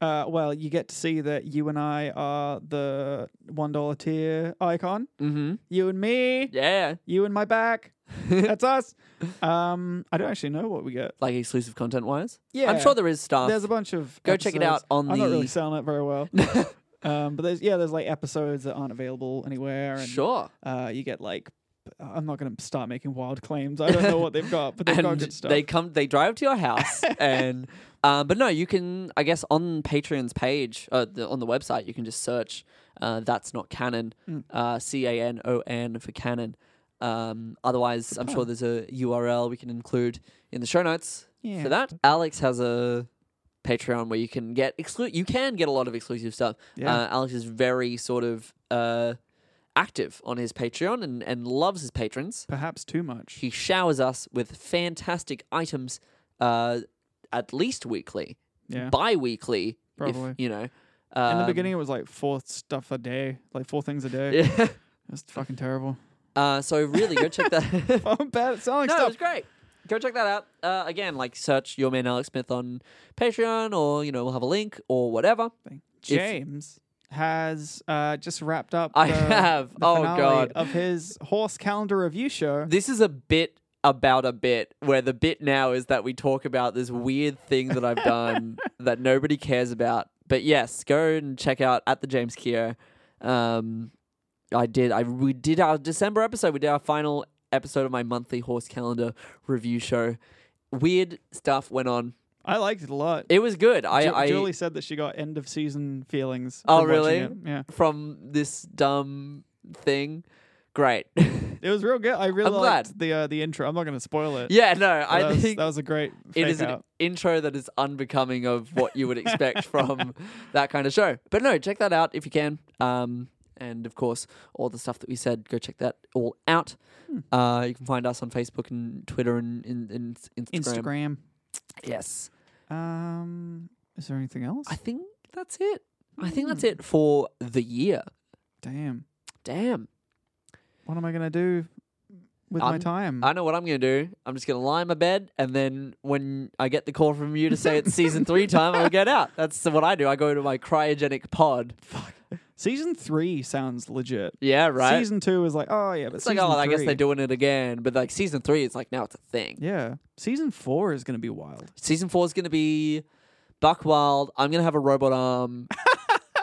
S2: Uh, well, you get to see that you and I are the one dollar tier icon.
S4: Mm-hmm.
S2: You and me.
S4: Yeah,
S2: you in
S4: [LAUGHS]
S2: my back. That's us. Um, I don't actually know what we get.
S4: like exclusive content wise.
S2: Yeah.
S4: I'm sure there is stuff.
S2: There's a bunch of
S4: Uh, Go check it
S2: episodes.
S4: out on
S2: I'm not really
S4: the-
S2: selling it
S4: [LAUGHS]
S2: very well. um, but there's yeah, there's like episodes that aren't available anywhere. And,
S4: sure.
S2: Uh, you get like I'm not gonna start making wild claims. I don't know what they've got, but they've got
S4: [LAUGHS] and
S2: good stuff.
S4: they come they drive to your
S2: [LAUGHS]
S4: house and um, but no you can i guess on patreon's page uh, the, on the website you can just search uh, that's not canon
S2: Hmm.
S4: uh, c-a-n-o-n for canon um, otherwise i'm sure there's a url we can include in the show notes
S2: Yeah.
S4: for that alex has a patreon where you can get exclu- you can get a lot of exclusive stuff
S2: Yeah.
S4: uh, alex is very sort of uh, active on his patreon and, and loves his patrons
S2: Perhaps too much.
S4: he showers us with fantastic items uh, at least weekly,
S2: Yeah.
S4: bi weekly, if
S2: Probably.
S4: you know. [LAUGHS]
S2: in the
S4: Um,
S2: beginning, it was like four stuff a day, like four things a day.
S4: Yeah.
S2: That's fucking terrible.
S4: Uh, so, really, go check
S2: [LAUGHS]
S4: that
S2: I'm bad at selling
S4: no, it
S2: stuff.
S4: was great. Go check that out. Uh, again, like search your man Alex Smith on Patreon or, you know, we'll have a link or whatever.
S2: James has uh, just wrapped up.
S4: I
S2: the-
S4: have.
S2: the
S4: Oh,
S2: finale
S4: God.
S2: Of his horse calendar review show.
S4: This is a bit about a bit where the bit now is that we talk about this weird thing that I've
S2: [LAUGHS]
S4: done that nobody cares about. But yes, go and check out at the James Keogh. Um, I did. I we did our December episode. We did our final episode of my monthly horse calendar review show. Weird stuff went on.
S2: I liked it a lot.
S4: It was good. I,
S2: Ju-
S4: I
S2: Julie said that she got end of season feelings.
S4: Oh,
S2: from watching
S4: really?
S2: it. Yeah,
S4: from this dumb thing. Great. [LAUGHS]
S2: it was real good. I really
S4: I'm
S2: liked the uh, the intro. I'm not going to spoil it.
S4: yeah. No.
S2: But
S4: I
S2: that, was,
S4: think
S2: that was a great.
S4: it
S2: fake
S4: is an
S2: out.
S4: intro that is unbecoming of what you would expect from that kind of show. But no, check that out if you can. Um, and of course, all the stuff that we said, go check that all out. Uh, you can find us on Facebook and Twitter and, and, and Instagram.
S2: Instagram.
S4: Yes,
S2: Um, is there anything else?
S4: I think that's it. I think that's it for the year.
S2: Damn,
S4: Damn,
S2: what am I going to do with my
S4: I'm-
S2: time?
S4: I know what I'm gonna do. I'm just gonna lie in my bed, and then when I get the call from you to say it's season three time, I'll get out. That's what I do. I go to my cryogenic pod.
S2: season three sounds legit.
S4: Yeah, right.
S2: Season two is like, oh yeah, but
S4: It's like,
S2: season
S4: oh, I guess
S2: three-
S4: they're doing it again. But like season three, it's like now it's a thing.
S2: Yeah, season four is going to be wild. [LAUGHS]
S4: Season four is going to be Buck Wild. I'm going to have a robot arm.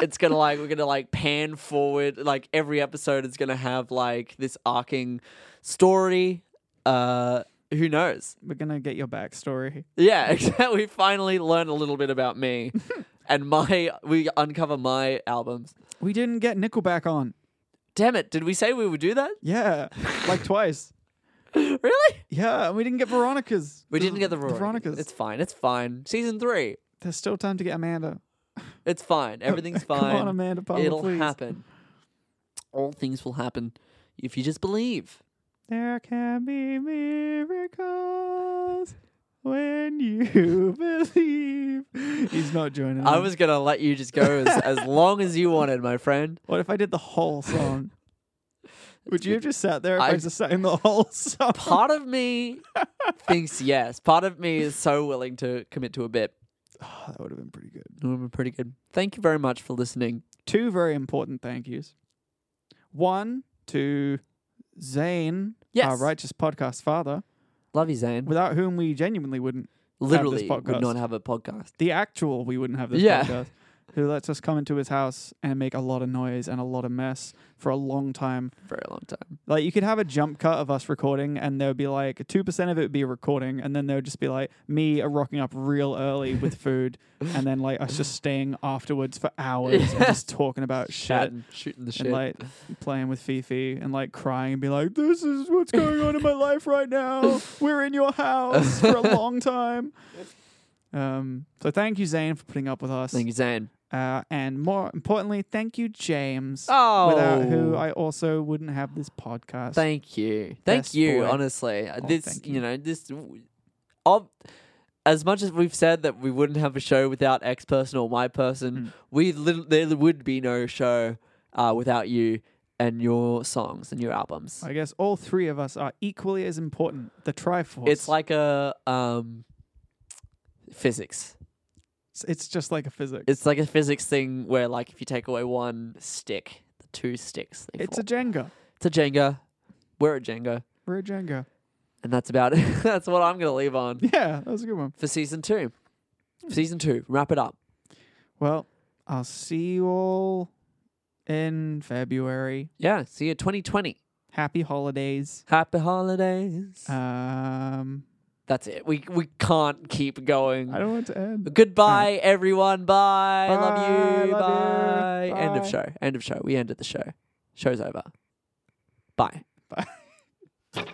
S4: it's gonna like we're gonna like pan forward. Like every episode is gonna have like this arcing story. Uh, who knows?
S2: We're gonna get your backstory.
S4: Yeah, [LAUGHS] except we finally learn a little bit about
S2: [LAUGHS]
S4: me and my. We uncover my albums.
S2: We didn't get Nickelback on.
S4: Damn it! Did we say we would do that?
S2: [LAUGHS] Yeah, like twice.
S4: Really?
S2: Yeah, and we didn't get Veronica's.
S4: We didn't get the Veronicas.
S2: Veronica's.
S4: It's fine. It's fine. Season three.
S2: There's still time to get Amanda.
S4: It's fine. Everything's
S2: [LAUGHS] Come
S4: fine.
S2: on, Amanda Palmer,
S4: It'll
S2: please.
S4: happen. All things will happen if you just believe.
S2: There can be miracles when [LAUGHS] you believe. He's not joining.
S4: I
S2: in.
S4: was gonna let you just go
S2: [LAUGHS]
S4: as, as long as you wanted, my friend.
S2: What if I did the whole
S4: [LAUGHS]
S2: song? Would you have just sat there if I,
S4: I-
S2: just sang the whole song?
S4: Part of
S2: [LAUGHS]
S4: me thinks yes. Part of me is so willing to commit to a bit.
S2: Oh, that would have been pretty good.
S4: Norman, pretty good. Thank you very much for listening.
S2: Two very important thank yous. One to Zane, our
S4: Yes.
S2: righteous podcast father,
S4: Love you, Zane.
S2: without whom we genuinely wouldn't.
S4: Literally would
S2: podcast.
S4: not have a podcast.
S2: The actual we wouldn't have this
S4: Yeah.
S2: podcast. Who lets us come into his house and make a lot of noise and a lot of mess for a long time.
S4: Very long time.
S2: Like you could have a jump cut of us recording, and there would be like two percent of it would be recording, and then there would just be like me rocking up real early with food, and then like us just staying afterwards for hours
S4: [LAUGHS]
S2: and just talking about shit
S4: Chatting, shooting the shit.
S2: and like playing with Fifi and like crying and be like, "This is what's going on
S4: [LAUGHS]
S2: in my life right now. We're in your house for a long time." Um, so thank you, Zane, for putting up with us.
S4: Thank you, Zane.
S2: Uh, and more importantly, thank you, James,
S4: Oh,
S2: without who I also wouldn't have this podcast.
S4: Thank you. Thank
S2: Best
S4: you,
S2: boy.
S4: honestly. Uh,
S2: Oh,
S4: this,
S2: thank
S4: you.
S2: you.
S4: know, this of as much as we've said that we wouldn't have a show without X person or my
S2: Hmm.
S4: person, we lit- there would be no show uh, without you and your songs and your albums.
S2: I guess all three of us are equally as important. The Triforce.
S4: it's like a um physics.
S2: it's, it's just like a physics. It's,
S4: It's like a physics thing where like if you take away one stick, the two sticks they
S2: a
S4: fall.
S2: Jenga.
S4: it's a Jenga. We're a Jenga.
S2: We're a Jenga. [LAUGHS]
S4: And that's about it. [LAUGHS] that's what I'm gonna leave on.
S2: Yeah, that was a good one.
S4: for season two.
S2: Hmm.
S4: Season two, wrap it up.
S2: Well, I'll see you all in February.
S4: Yeah, see you 2020.
S2: Happy holidays.
S4: Happy holidays.
S2: Um,
S4: That's it. We we can't keep going.
S2: I don't want to end.
S4: Goodbye, everyone. Bye.
S2: Bye,
S4: Love you.
S2: love
S4: Bye.
S2: you.
S4: End of
S2: Bye.
S4: show. End of show. We ended the show. Show's over. Bye.
S2: Bye.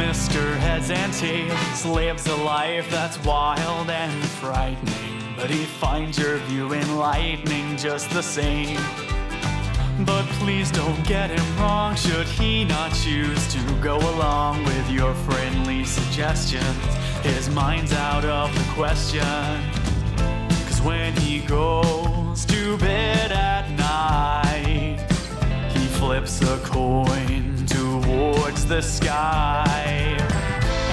S6: Mr. Heads and Tails lives a life that's wild and frightening, but he finds your view enlightening just the same. But please don't get him wrong, should he not choose to go along with your friendly suggestions. His mind's out of the question. Cause when he goes to bed at night, he flips a coin towards the sky.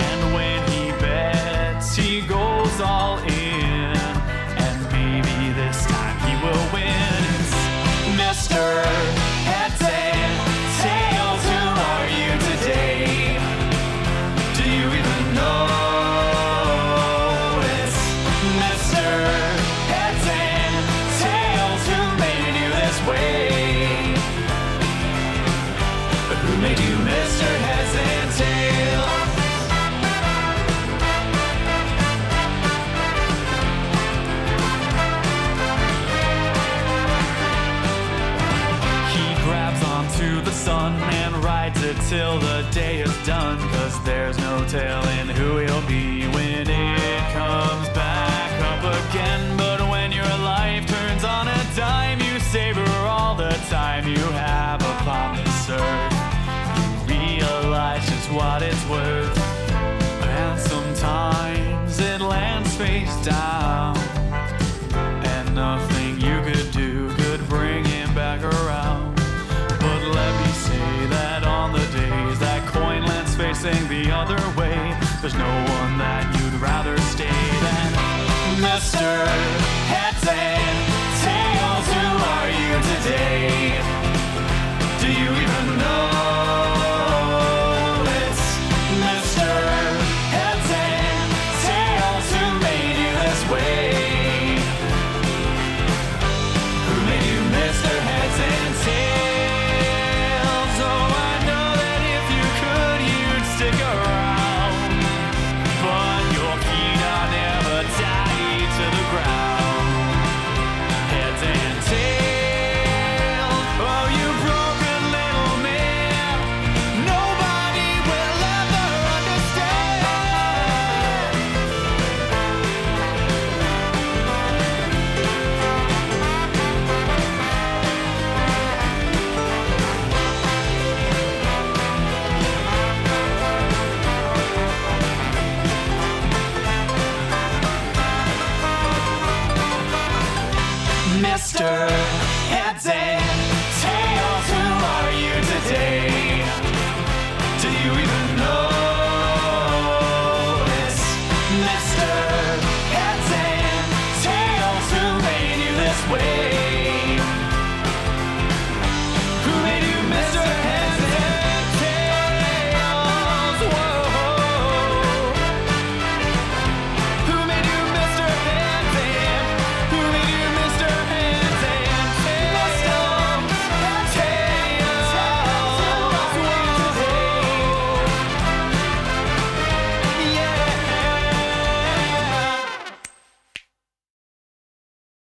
S6: And when he bets, he goes all in. And maybe this time he will win. It's Mr. Heads and Tails, who are you today? Do you even know it's Mr. Heads and Tails who made you this way? Who made you Mr. Heads and Tails? He grabs onto the sun and rides it till the day is done. Cause there's no telling who he'll be when it comes back up again. But when your life turns on a dime, you savor all the time you have upon this earth. You realize just what it's worth. And sometimes it lands face down and nothing you could do could bring him back around. But let me say that on the days that coin facing the other way. There's no one that you'd rather stay than Mr. Heads and Tails. Who are you today? Do you even know it's Mr. Heads and Tails who made you this way? Who made you Mr. Heads and Tails? Oh, I know that if you could, you'd stick around. But your feet are never tied to the ground. Heads and tails, oh, you broken little man. Nobody will ever understand. Mr. Heads and Tails, who are you today? Do you even know this? Mr. Heads and Tails, who made you this way?